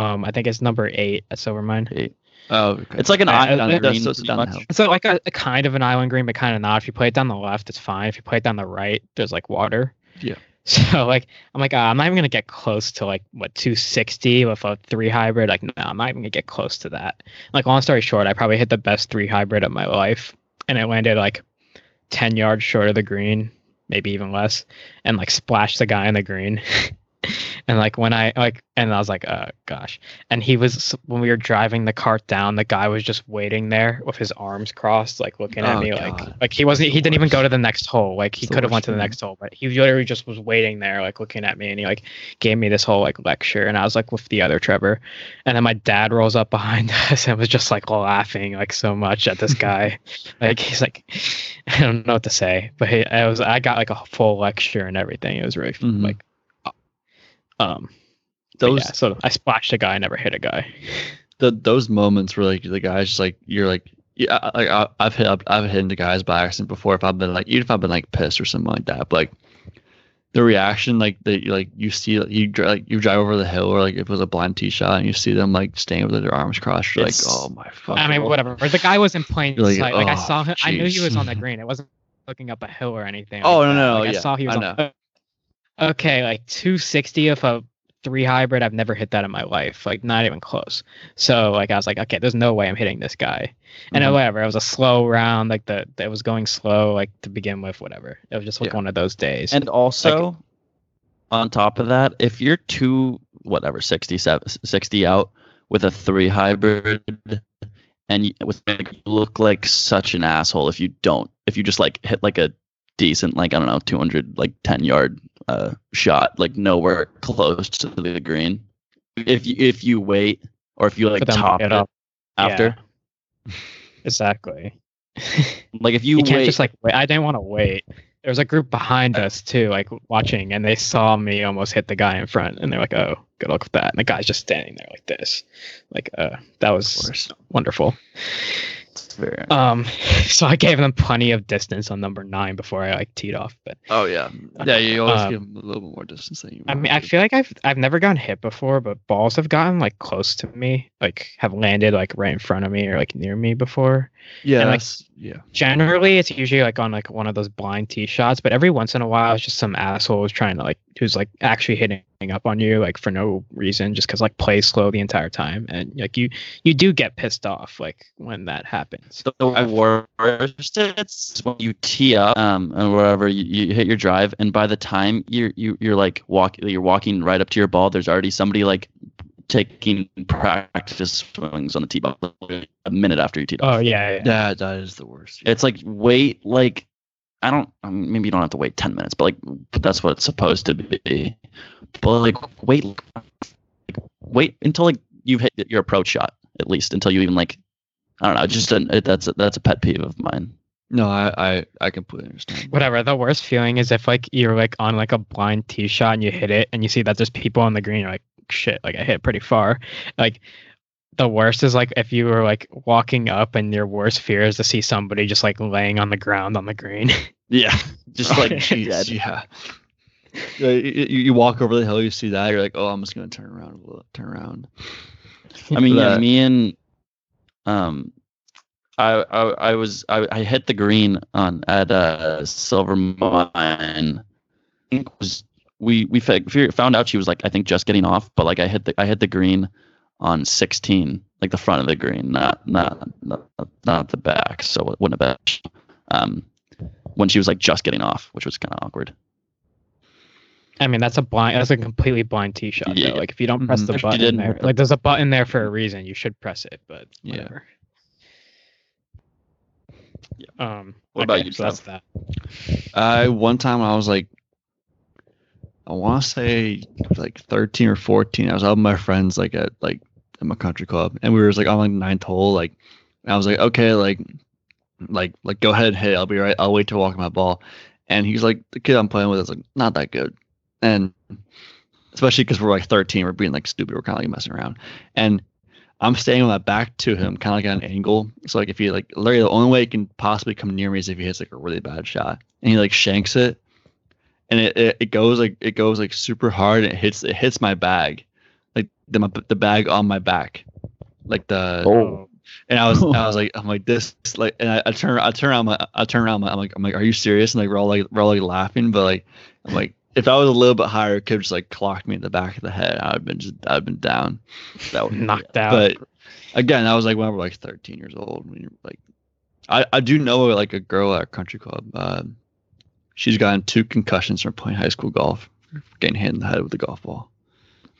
Um, I think it's number eight at Silvermine. Oh, okay. It's like an I- eye I- on that's- green. so it's pretty downhill. much. So like a, a kind of an island green, but kind of not. If you play it down the left, it's fine. If you play it down the right, there's like water. Yeah. So like I'm like ah, I'm not even gonna get close to like what 260 with a three hybrid. Like no, I'm not even gonna get close to that. Like long story short, I probably hit the best three hybrid of my life, and it landed like 10 yards short of the green, maybe even less, and like splashed the guy in the green. and like when I like, and I was like, oh gosh. And he was, when we were driving the cart down, the guy was just waiting there with his arms crossed, like looking at Oh, me, God. like, like he wasn't, he didn't even go to the next hole. Like he It's the could have went worst to the feeling. next hole, but he literally just was waiting there, like looking at me. And he like gave me this whole like lecture. And I was like with the other Trevor. And then my dad rolls up behind us and was just like laughing like so much at this guy. like he's like, I don't know what to say, but he, I was I got like a full lecture and everything. It was really Mhm. like, uh, um, but those yeah, so I splashed a guy, I never hit a guy. the those moments where like the guys just like you're like yeah I- like I, I've hit I've, I've hit into guys by accident before if I've been like even if I've been like pissed or something like that but like the reaction like that you like you see like, you dri- like you drive over the hill or like if it was a blind tee shot and you see them like standing with their arms crossed you're like It's- oh my fuck I mean, whatever. The guy was in plain You're like, sight. Like I "Oh, saw him. I knew he jeez." was on the green. It wasn't looking up a hill or anything. Oh, like no, that. no, Like, yeah, I saw he was I on. Okay, like 260 of a three hybrid. I've never hit that in my life. Like not even close. So like I was like, okay, there's no way I'm hitting this guy. And Mhm. whatever. It was a slow round. Like the it was going slow. Like to begin with, whatever. It was just like Yeah. one of those days. And also, on top of that, if you're two, whatever, 67, 60 out with a three hybrid, and you, with like, you look like such an asshole if you don't, if you just like hit like a decent, like, I don't know, 200, like 10 yard uh, shot, like nowhere close to the green. If you, if you wait, or if you like For them to top get it up. after, exactly. like if you, you, can't wait, just like wait. I didn't want to wait. There was a group behind us too, like watching, and they saw me almost hit the guy in front, and they're like, "Oh, good luck with that." And the guy's just standing there like this, like, "Uh, that was course. wonderful." fair. Um, so I gave them plenty of distance on number nine before I like teed off. But oh yeah, Yeah, you always Um, give them a little bit more distance than you. I want mean, I to. feel like I've I've never gotten hit before, but balls have gotten like close to me, like have landed like right in front of me or like near me before. yeah, and, like, that's- yeah. Generally, it's usually like on like one of those blind tee shots, but every once in a while, it's just some asshole who's trying to like who's like actually hitting up on you like for no reason, just because like play slow the entire time, and like you you do get pissed off like when that happens. the worst is when you tee up um or wherever you, you hit your drive and by the time you're you, you're like walk you're walking right up to your ball there's already somebody like taking practice swings on the tee box a minute after you tee Oh off yeah, yeah. That that is the worst. yeah. it's like wait like i don't I mean, maybe you don't have to wait 10 minutes but like that's what it's supposed to be but like wait like, wait until like you've hit your approach shot at least until you even like i don't know just an, it, that's a, that's a pet peeve of mine no, I I, I completely understand. whatever the worst feeling is if like you're like on like a blind tee shot and you hit it and you see that there's people on the green you're like shit like i hit pretty far like the worst is like if you were like walking up and your worst fear is to see somebody just like laying on the ground on the green yeah just like Jeez, dead. yeah. Yeah, you, you you walk over the hill, you see that, you're like, oh, I'm just gonna turn around, a little, turn around. I mean, yeah, that. me and um, I I, I was I, I hit the green on at uh Silver Mine. I think it was we we fa- fi- found out she was like I think just getting off, but like I hit the I hit the green on 16, like the front of the green, not not not, not the back, so it wouldn't have been. Um, when she was like just getting off, which was kind of awkward. i mean that's a blind that's a completely blind tee shot Yeah. though like if you don't press Mhm. the If you button didn't- there like there's a button there for a reason you should press it but Yeah. whatever Yeah. um What about you, so that's that I one time I was like, I want to say like 13 or 14. I was out with my friends like at like at my country club, and we were just like on like the ninth hole. Like, and I was like, okay, like, like, like go ahead and hit. it. I'll be right. I'll wait to walk my ball. And he's like, the kid I'm playing with is like not that good, and especially because we're like 13, we're being like stupid. We're kind of like messing around, and I'm staying with my back to him, kind of like at an angle. So like if he like literally the only way he can possibly come near me is if he hits like a really bad shot, and he like shanks it, and it, it, it goes like it goes like super hard, and it hits it hits my bag, like the my, the bag on my back, like the Oh. and I was I was like I'm like this like and I, I turn I turn around my I turn around my I'm like I'm like are you serious and like we're all like we're all like laughing but like I'm like if I was a little bit higher it could have just like clocked me in the back of the head I'd been just I'd been down that would knocked out but again, that was like when we were like 13 years old. When you're like, I, I do know like a girl at a country club. Uh, she's gotten two concussions from playing high school golf, getting hit in the head with a golf ball.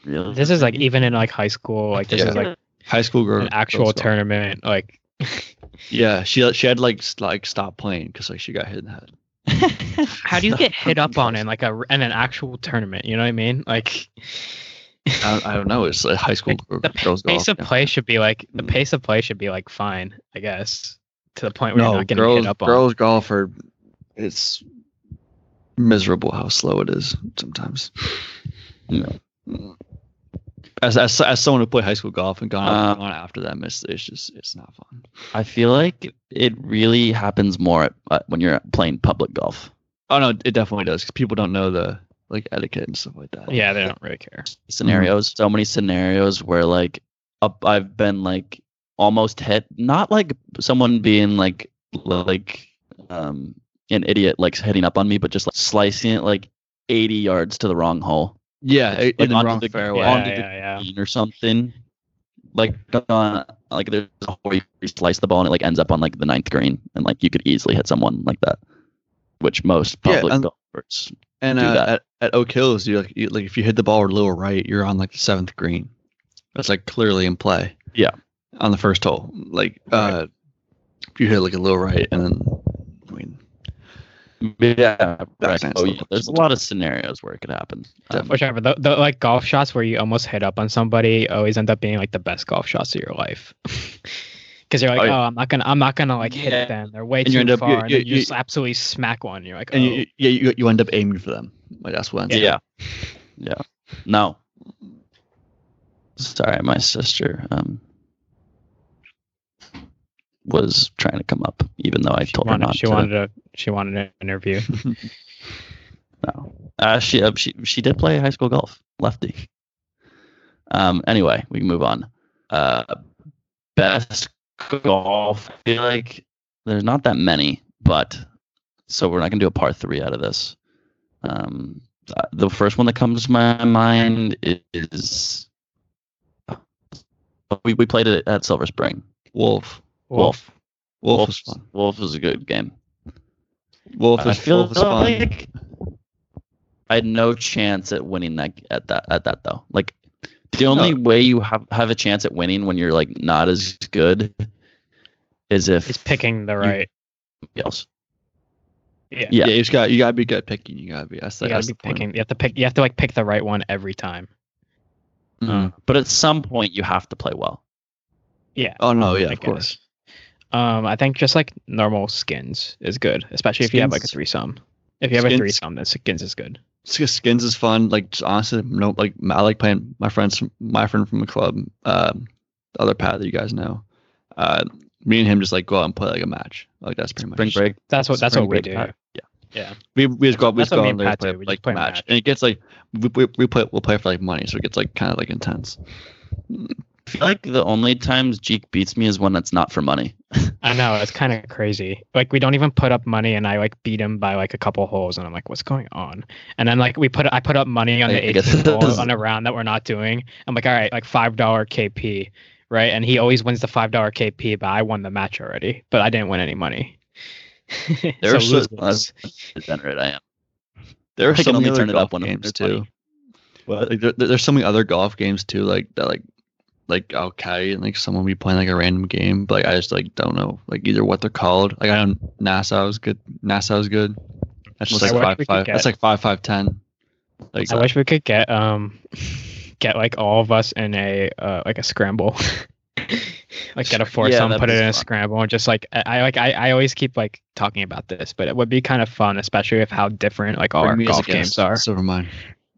Really? this is like even in like high school like this Yeah. is like High school girl. an actual girls golf. tournament like Yeah, she she had like s- like stop playing because like she got hit in the head. how do you get hit up on in like a in an actual tournament you know what i mean like I, don't- I don't know. It's like high school Like, girl, the girls golf. pace of yeah. play should be like the Mm-hmm. Mm. pace of play should be like fine i guess to the point where No, you're not getting girls hit up girls golf are it's miserable how slow it is sometimes. Yeah. As, as, as someone who played high school golf and gone, Uh, gone after them, it's, it's just it's not fun. I feel like it really happens more at, uh, when you're playing public golf. Oh no, it definitely does because people don't know the like etiquette and stuff like that. on yeah they don't really care Mm-hmm. scenarios so many scenarios where like up i've been like almost hit not like someone being like like um an idiot like heading up on me but just like slicing it like 80 yards to the wrong hole yeah, i- in Like, the onto wrong the- fairway. on yeah to the- yeah, yeah. or something like on like there's a hole where you slice the ball and it like ends up on like the ninth green and like you could easily hit someone like that which most Yeah, public and- golfers and do uh, that. at at Oak Hills, you like you, like if you hit the ball lower right, you're on like the seventh green. That's like clearly in play. Yeah. on the first hole, like uh, if you hit like a little right, and then I mean, yeah right. sounds oh, like yeah. what there's a you lot of scenarios where it could happen Um, Whichever the, the like golf shots where you almost hit up on somebody always end up being like the best golf shots of your life, because you're like, Oh, oh, yeah. I'm not gonna, I'm not gonna like hit Yeah. them. They're way And you too end up- far, you- and then you- you, you- just absolutely smack one. You're like, and oh. you, yeah, you you end up aiming for them. Like that's what. Yeah. Yeah. No. Sorry, my sister. Um, was trying to come up, even though I she told her wanted, not she to. wanted a she wanted an interview. No. Uh, she, uh, she she did play high school golf, lefty. Um. Anyway, we can move on. Uh, best golf. I feel like there's not that many, but so we're not gonna do a par three out of this. Um, uh, the first one that comes to my mind is we we played it at Silver Spring. Wolf. Wolf. Wolf, was fun. Wolf was a good game. Wolf I is, feel Wolf is fun. like I had no chance at winning that at that at that though. Like the only way you have have a chance at winning when you're like not as good is if It's picking the right. somebody else. yeah. yeah. you just got you gotta be good at picking. You gotta be. That's, You the that's gotta be the point. picking. You have to pick. You have to like pick the right one every time. Mm. But at some point you have to play well. Yeah. Oh no, yeah, I of guess. course. Um, I think just like normal skins is good, especially if you have like a Skins? threesome. If you have a Skins? threesome, then skins is good. Sk- Skins is fun. Like just honestly, no, like I like playing my friends, my friend from the club, uh, the other Pat that you guys know. Uh, me and him just like go out and play like a match. Like that's pretty Spring much. break. That's what. That's Spring what break we do. pack. We, we just go we That's just go what me out and like, and Pat play do. We just like play a match. match. and it gets like we, we, we play we'll play for like money, so it gets like kind of like intense. I feel like the only times Jeek beats me is when it's not for money. I know it's kind of crazy. Like we don't even put up money, and I like beat him by like a couple holes, and I'm like, what's going on? And then like we put, I put up money on I- the I guess 18th this hole on is- a round that we're not doing. I'm like, all right, like five dollar KP, right? And he always wins the five dollar KP, but I won the match already, but I didn't win any money. There So are so, lose lose. degenerate I am. There are I can so many only other turn it golf up when games it's too. funny. Well, like, there, there- there's so many other golf games too, like that, like like okay, and like someone will be playing like a random game, but like, I just like don't know like either what they're called. Like I know NASA was good. NASA was good. That's just I like wish five we could five. get- That's like five five ten. Like I wish we could get um get like all of us in a uh, like a scramble. like get a foursome, that'd put be it in a fun. scramble and just like I- I like I, I always keep like talking about this, but it would be kind of fun, especially with how different like all bring our me as a golf guest. games are. So never mind.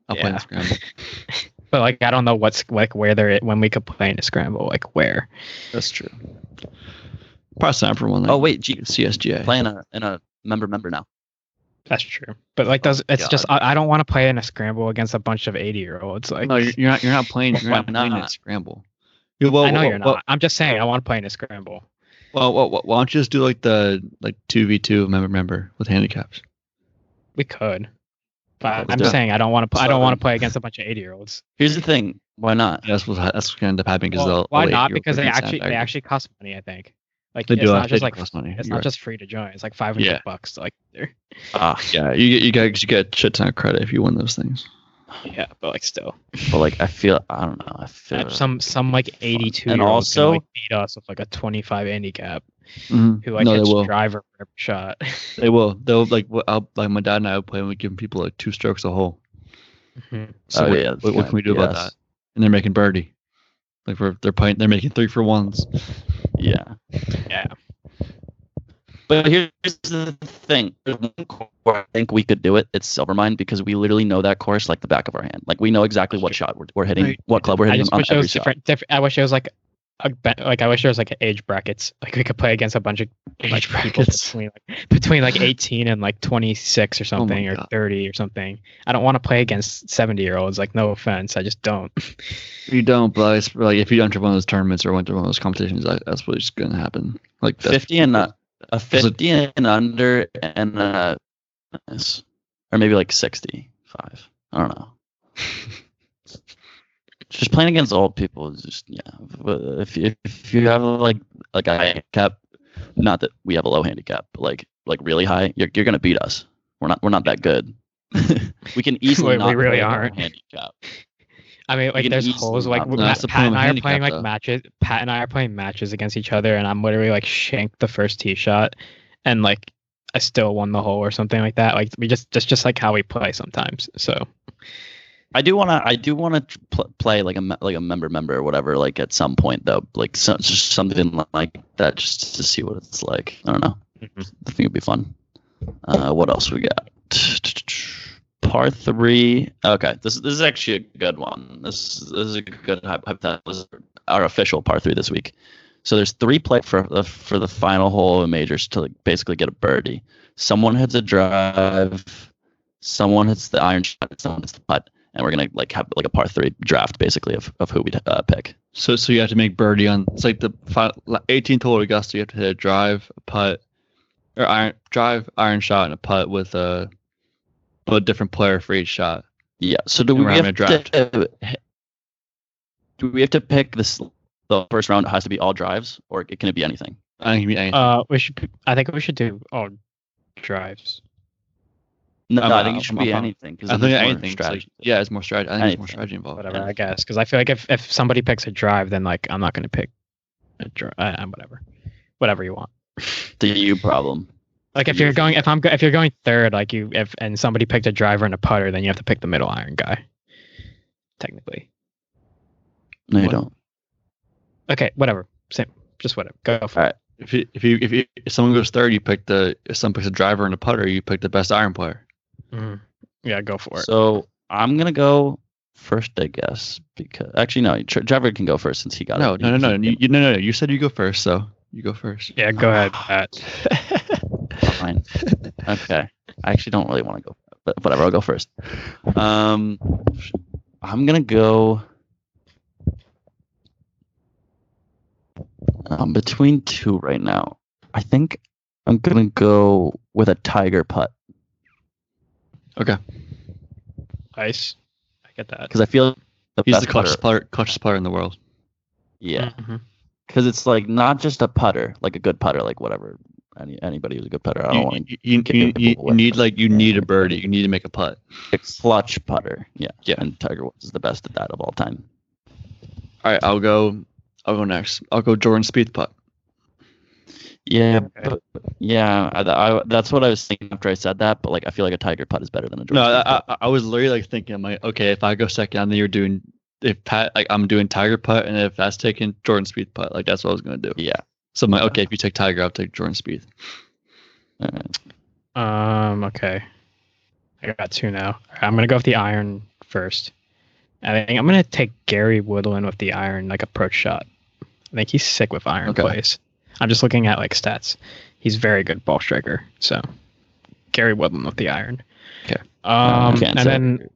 I'll play in Yeah. the scramble. But like I don't know what's like where they're when we could play in a scramble, like where. That's true. Probably time for one. Like, Oh wait, Jeek CSGA. playing a in a member member now. That's true. But like does it's God. just I, I don't want to play in a scramble against a bunch of eighty year olds. Like no, you're, you're not. You're not playing. You're Why not, playing not? at scramble. You- well, I know well, you're not. well, I'm just saying I want to play in a scramble. Well, well, well, why don't you just do like the like two v two member member with handicaps? We could. But Let's I'm do it. saying I don't want to. I So don't want then- to play against a bunch of eighty-year-olds. Here's the thing. Why not? That's what that's what gonna end up happening because Well, they'll why they'll not? let you Because they release that actually they back. actually cost money. I think. Like They it's do not actually just like cost money. it's You're not right. just free to join. It's like five hundred Yeah. bucks. Like there. Ah, yeah. You get you get you get a shit ton of credit if you win those things. Yeah, but like still, but like I feel I don't know. I feel some some like fun. eighty-two And year old also- can like beat us with like a twenty-five handicap who like Mm-hmm. no, they hits will. driver for every shot. They will. They'll like. wh- I'll, like my dad and I would play. and We give people like two strokes a hole. Mhm. So Oh, what, yeah, what, that's what kinda can we do about BS. that? And they're making birdie. Like we're, they're playing. They're making three for ones. yeah. yeah, But here's the thing: There's one course where I think we could do it. It's Silvermine because we literally know that course like the back of our hand. Like we know exactly what shot we're, we're hitting, Right. what club we're I hitting just on wish it every was shot. different. Different. I wish it was like. A, be- like I wish there was like age brackets. Like we could play against a bunch of age brackets brackets. between like, between like eighteen and like twenty six or Oh my something or God. thirty or something. I don't want to play against seventy year olds. Like no offense, I just don't. You don't, but it's, like if you enter one of those tournaments or enter one of those competitions, that, that's what's gonna happen. Like that's- Fifty and uh, a There's a- fifty and under, and uh, s- or maybe like sixty-five. I don't know. just playing against old people is just yeah. But If you- if you have like like a handicap, not that we have a low handicap, but like like really high, you're you're gonna beat us. We're not we're not that good. we can easily We- we not really play with our aren't. handicap. I mean, like can there's easily holes. Like not- we- No, that's Matt, the Pat problem and with I are handicap, playing like though. matches. Pat and I are playing matches against each other, and I'm literally like shanked the first tee shot, and like I still won the hole or something like that. Like we just that's just like how we play sometimes. So I do want to. I do want to pl- play like a me- like a member member or whatever. Like at some point though, like so, just something like that, just to see what it's like. I don't know. Mhm. I think it'd be fun. Uh, what else we got? Par three. Okay, this this is actually a good one. This this is a good hy- hypothetical. This is Our official par three this week. So there's three play for the for the final hole in majors to like, basically get a birdie. Someone hits a drive, someone hits the iron shot, and someone hits the putt, and we're gonna like have like a par three draft basically of, of who we uh, pick. So so you have to make birdie on it's like the fi- la- 18th hole at Augusta. You have to hit a drive, a putt, or iron drive, iron shot, and a putt with a with a different player for each shot. Yeah. So do And we we're have having a draft. to? Do we have to pick this? The first round has to be all drives, or it can it be anything? I think it can be anything. Oh, Uh, we should. p- I think we should do all drives. No, I'm I think out. it should I'm be out. anything. 'cause Um, I then think there's more anything. it's Like, strategy. yeah, it's more strategy. I think it's more Anything. strategy involved. Whatever, Yeah. I guess. Because I feel like if, if somebody picks a drive, then like I'm not gonna pick a drive. Uh, whatever, whatever you want. the U problem. Like if Yeah, you're for going, if I'm go- if you're going third, like you if and somebody picked a driver and a putter, then you have to pick the middle iron guy. Technically. No, you What? don't. Okay. Whatever. Same. Just whatever. Go for All it. right. If you if you if, you, if someone goes third, you pick the if someone picks a driver and a putter, you pick the best iron player. Mhm. Yeah. Go for it. Mm-hmm. So I'm gonna go first, I guess. Because actually, no, Tr- Trevor can go first since he got No, it. no, no, no, you, you, no, no, no. You said you go first, so you go first. yeah. Go ahead. Pat. Fine. Okay. I actually don't really want to go, but whatever. I'll go first. Um, I'm gonna go. I'm um, between two right now. I think I'm gonna go with a tiger putt Ice. I get that. because I feel the He's best the clutchest putter- player, clutchest player in the world. Yeah. Mhm. because it's like not just a putter, like a good putter, like whatever. Any anybody who's a good putter, I don't You, want to you, you, get you, people you, away need from like you need a birdie. You need to make a putt. a clutch putter. Yeah, Yeah. And Tiger Woods is the best at that of all time. All right, I'll go. I'll go next. I'll go Jordan Spieth putt. Yeah, Okay. but, yeah. I, I- that's what I was thinking after I said that. But like, I feel like a Tiger putt is better than a Jordan. No, Spieth I, putt. I, I was literally like thinking, I'm like, okay, if I go second, then you're doing if Pat like I'm doing Tiger putt, and if that's taken, Jordan Spieth putt. Like that's what I was gonna do. yeah. So I'm like, okay, if you take Tiger, I'll take Jordan Spieth. All right. Um. Okay. I got two now. Alright, I'm gonna go with the iron first. I think I'm gonna take Gary Woodland with the iron, like approach shot. I think he's sick with iron Okay. plays. I'm just looking at like stats. He's very good ball striker. So Gary Woodland with the iron. Okay. Um. Can't and say then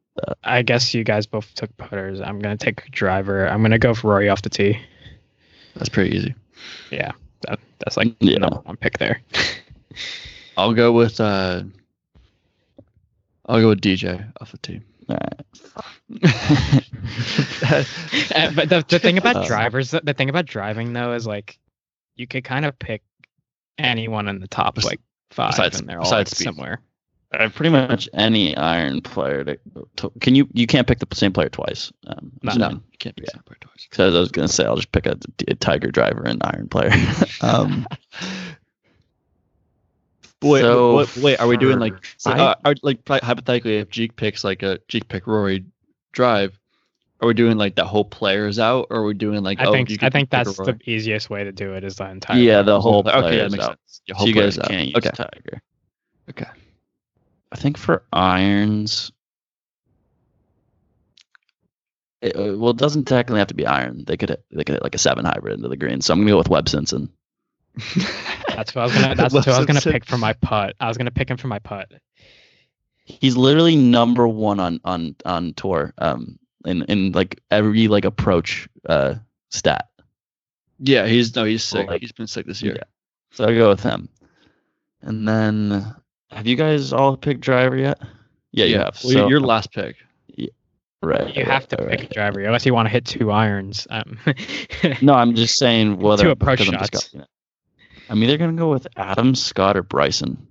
I guess you guys both took putters. I'm gonna take driver. I'm gonna go with Rory off the tee. That's pretty easy. That, that's like Yeah. the number one pick there. I'll go with uh, I'll go with DJ off the team. Uh, but the, the thing about Uh, drivers, the, the thing about driving though is like, you could kind of pick anyone in the top Bes- like five, besides- and they're all besides like, speed. somewhere. Uh, pretty much any iron player. To, to- can you? You can't pick the same player twice. Um, No. no, you can't be Yeah. separate twice. Because I was gonna say I'll just pick a, a Tiger driver and iron player. um, Wait, So wait, wait, are we doing like so, I- uh, are, like probably hypothetically if Jeek picks like a Jeek pick Rory drive, are we doing like that whole players out or are we doing like I oh, think you can I think pick a that's Rory? the easiest way to do it is the entire. yeah, the whole okay, player that makes out. sense. Yeah, So you players guys out. can't use Okay. Tiger. Okay. I think for irons, it, uh, well, it doesn't technically have to be iron. They could hit, they could hit like a seven hybrid into the green. So I'm gonna go with Webb Simpson. That's what I was gonna. That's Wes what I was gonna Simpson. pick for my putt. I was gonna pick him for my putt. He's literally number one on on on tour. Um, in in like every like approach uh stat. Yeah, he's no, he's sick. Like- he's been sick this year. Yeah. So I go with him. And then, have you guys all picked driver yet? Yeah, you have. Well, so, your last pick. right, You have to right, pick right. a driver unless you want to hit two irons. Um, No, I'm just saying whether approach because I'm shots. discussing it. I'm either gonna go with Adam Scott or Bryson.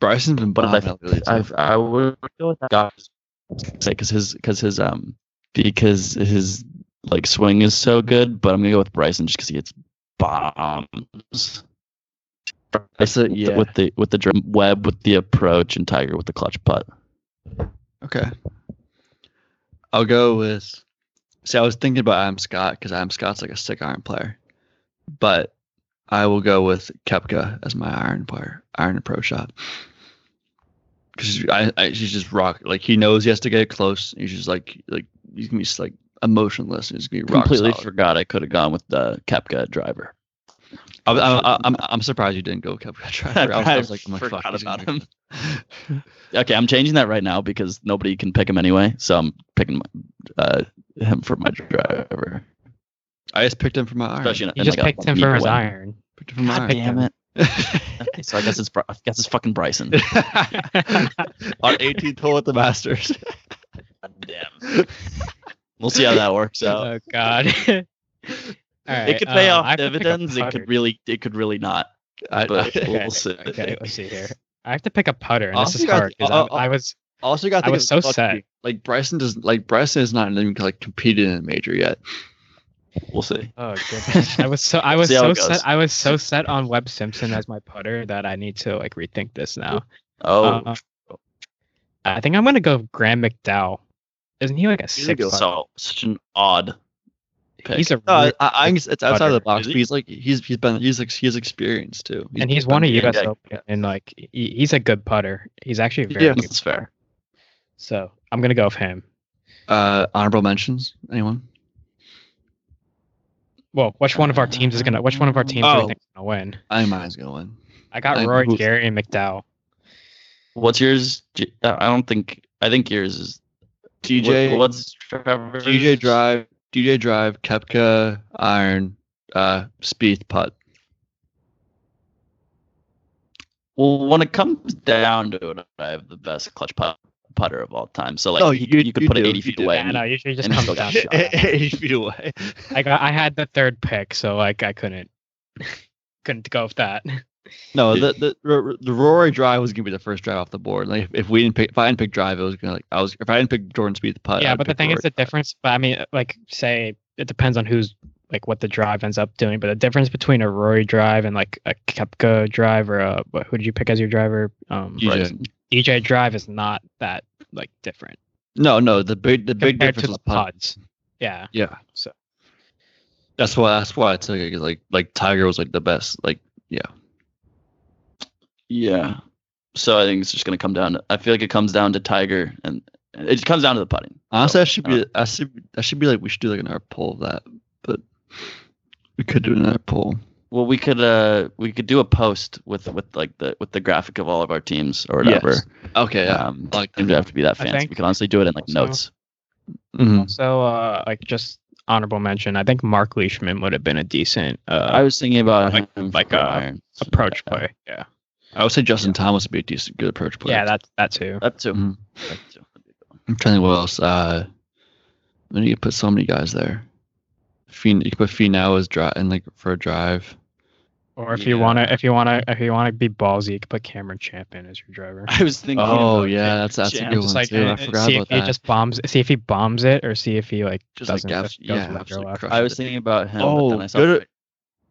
Bryson's been But I, bombing lately. too. I've, I would go with that guy say because his because his um because his like swing is so good. But I'm gonna go with Bryson just because he hits bombs. That's it, With the- yeah. With the with the drum web with the approach and Tiger with the clutch putt. Okay. I'll go with. See, I was thinking about Adam Scott because Adam Scott's like a sick iron player, but I will go with Kepka as my iron player, iron approach shot. Because I, I, he's just rock. Like he knows he has to get close. He's just like, like he's gonna be just like emotionless. It's gonna be rock Completely solid. forgot I could have gone with the Kepka driver. I, I, I, I'm I'm surprised you didn't go Kepka Driver. I was, I was like, oh, forgot fuck, he's about gonna him. okay, I'm changing that right now because nobody can pick him anyway. So I'm picking my, uh, him for my driver. be- I just picked him for my iron. Especially in- You in, just like, a picked him for his way. iron. Picked him for my I iron. picked Damn him. it. Okay, so I guess it's Bri- I guess it's fucking Bryson. Our 18th hole at the Masters. Damn. we'll see how that works out. Oh God. All right, it could pay um, I off have to pick a dividends. It putter. could really, it could really not. I, But I we'll see. Okay, let's see here. I have to pick a putter, and this Also, is you guys- hard because I'll- I was also got. I was so sad. Like Bryson does. Like Bryson is not even like competed in a major yet. We'll see. Oh goodness. I was so I was See how so it goes. set I was so set on Webb Simpson as my putter that I need to like rethink this now. Oh, Uh, I think I'm gonna go with Graham McDowell. Isn't he like a He's a six? good putter? so such an odd pick. He's a No, I, re- I, I think it's, it's outside of the box. Is But he? he's like he's he's been he's ex- he's experienced too. and he's been won a here. U.S. yeah. Open, and like he, he's a good putter. He's actually a very Yeah. good. That's fair. So I'm gonna go with him. Uh, honorable mentions. Anyone? Well, which one of our teams is gonna? Which one of our teams do Oh. you think is gonna win? I think mine's gonna win. I got I- Rory, who's- Gary, and McDowell. What's yours? J- uh, I don't think. I think yours is DJ What, what's Trevor's? DJ Drive, DJ Drive, Kepka, Iron, uh, Spieth, Putt. Well, when it comes down to it, I have the best clutch put- putter of all time. So like No, he- Oh, you- you, could you put it do, eighty you feet do. away. Yeah, and no, usually just and comes still down. got to shot. that. Eight feet away. I got I had the third pick, so like I couldn't couldn't go with that. No, the the R- R- the Rory drive was gonna be the first drive off the board. Like if, if we didn't pick, if I didn't pick drive, it was gonna like I was if I didn't pick Jordan Spieth the putt. yeah, I'd but the pick thing is Rory the putt. difference. But I mean, like say it depends on who's like what the drive ends up doing. But the difference between a Rory drive and like a Kepka drive or a what, who did you pick as your driver? Um, You- Bryson. DJ drive is not that like different No, no, the big the big compared difference to was the putt. pods. Yeah, Yeah, So- that's why that's why I took it 'cause, like like Tiger was like the best. Like Yeah. So I think it's just gonna come down. To, I feel like it comes down to Tiger, and it comes down to the putting. honestly, So, that should I don't Oh, be I should I should be like we should do like another poll of that, but we could do another poll. Well, we could uh we could do a post with with like the with the graphic of all of our teams or whatever. Yes. Okay, yeah. Um, I like it would that. have to be that I fancy. think We could honestly do it in like also- notes. Mhm. So, uh, like just honorable mention, I think Mark Leishman would have been a decent I uh, was thinking about Like- him like for uh, a iron. approach play. Yeah, I would say Justin Thomas would be a decent good approach player. yeah, that that too. That too. Mhm. That too. I'm trying to think what else. Uh, I need to put so many guys there. Fien, you can put Fien now as drive and like for a drive. Or if you Yeah. wanna, if you wanna, if you wanna be ballsy, you could put Cameron Champion as your driver. I was thinking. Oh about yeah, it. that's that's Jam, a good one Just like too. I and- and forgot see about if he that. just bombs, see if he bombs it, or see if he like Just like doesn't Gav- just goes yeah, left or absolutely left. crush. I was thinking about him. but then I oh, saw good.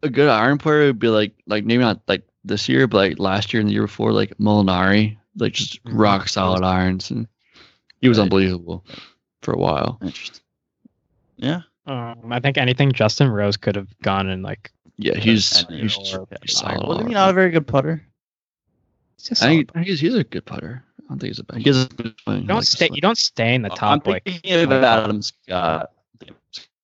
A good iron player would be like like maybe not like this year, but like last year and the year before, like Molinari, like just Mhm. rock solid irons, and he was Right. unbelievable for a while. Interesting. Yeah. Um, I think anything Justin Rose could have gone and like. Yeah, he's And he's, or- he's solid. all Wasn't he around. not a very good putter? it's just I solid. think, I think he's, he's a good putter. I don't think he's a bad. He has a good swing. I You don't like his stay. swing. You don't stay in the top. I'm like thinking of Adam Scott.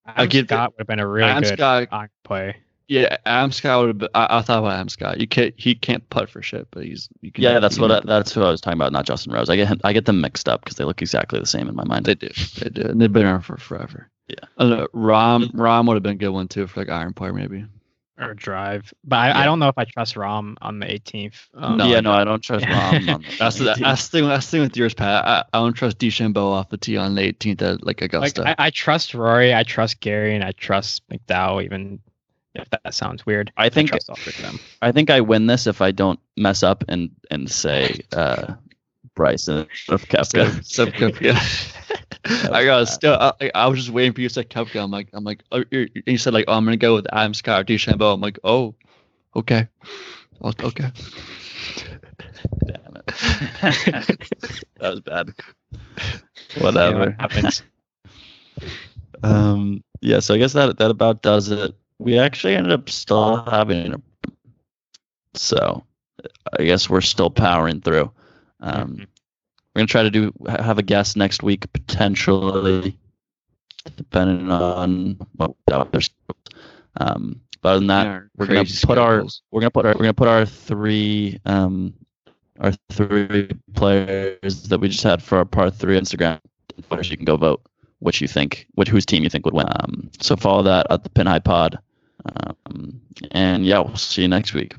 Adam give it- Scott would have been a really Adam good Scott- iron play. Yeah, Adam Scott would have been. I, I thought about Adam Scott. You can't. He can't putt for shit, but he's. You can, Yeah, that's you can what I, make that's who I was talking about. Not Justin Rose. I get him, I get them mixed up because they look exactly the same in my mind. They do. They do. And they've been around for forever. Yeah. I don't know, Rom Rom would have been a good one too for like iron player maybe. or drive. But I, I Yeah. don't know if I trust Rom on the 18th. Um, No, Oh, yeah, I no, I don't trust Yeah. Rom. on That's the that. that's the thing. That's the thing with yours, Pat. I, I don't trust DeChambeau off the tee on the 18th at like like Augusta. I, I trust Rory, I trust Gary, and I trust McDowell. Even if that sounds weird, I think trust all three of them. I think I win this if I don't mess up and and say uh, Bryson of Kepka. Sub Cup, yeah. I got still. I, I- I was just waiting for you to say Kepka. I'm like, I'm like, oh, you're, and you said like, oh, I'm gonna go with Adam Scott or DeChambeau. I'm like, oh, okay, Oh, okay. Damn it. that was bad. Whatever. happens. Um, yeah, so I guess that that about does it. We actually ended up still having a so I guess we're still powering through. Um, Mhm. We're gonna try to do ha- have a guest next week potentially. depending on what others. Um, but other than that, we're gonna Crazy put our- schedules. we're gonna put our we're gonna put our three um our three players that we just had for our part three Instagram and Twitter. So you can go vote which you think which whose team you think would win. Um, so follow that at the Pinhide Pod. Um, and yeah, we'll see you next week.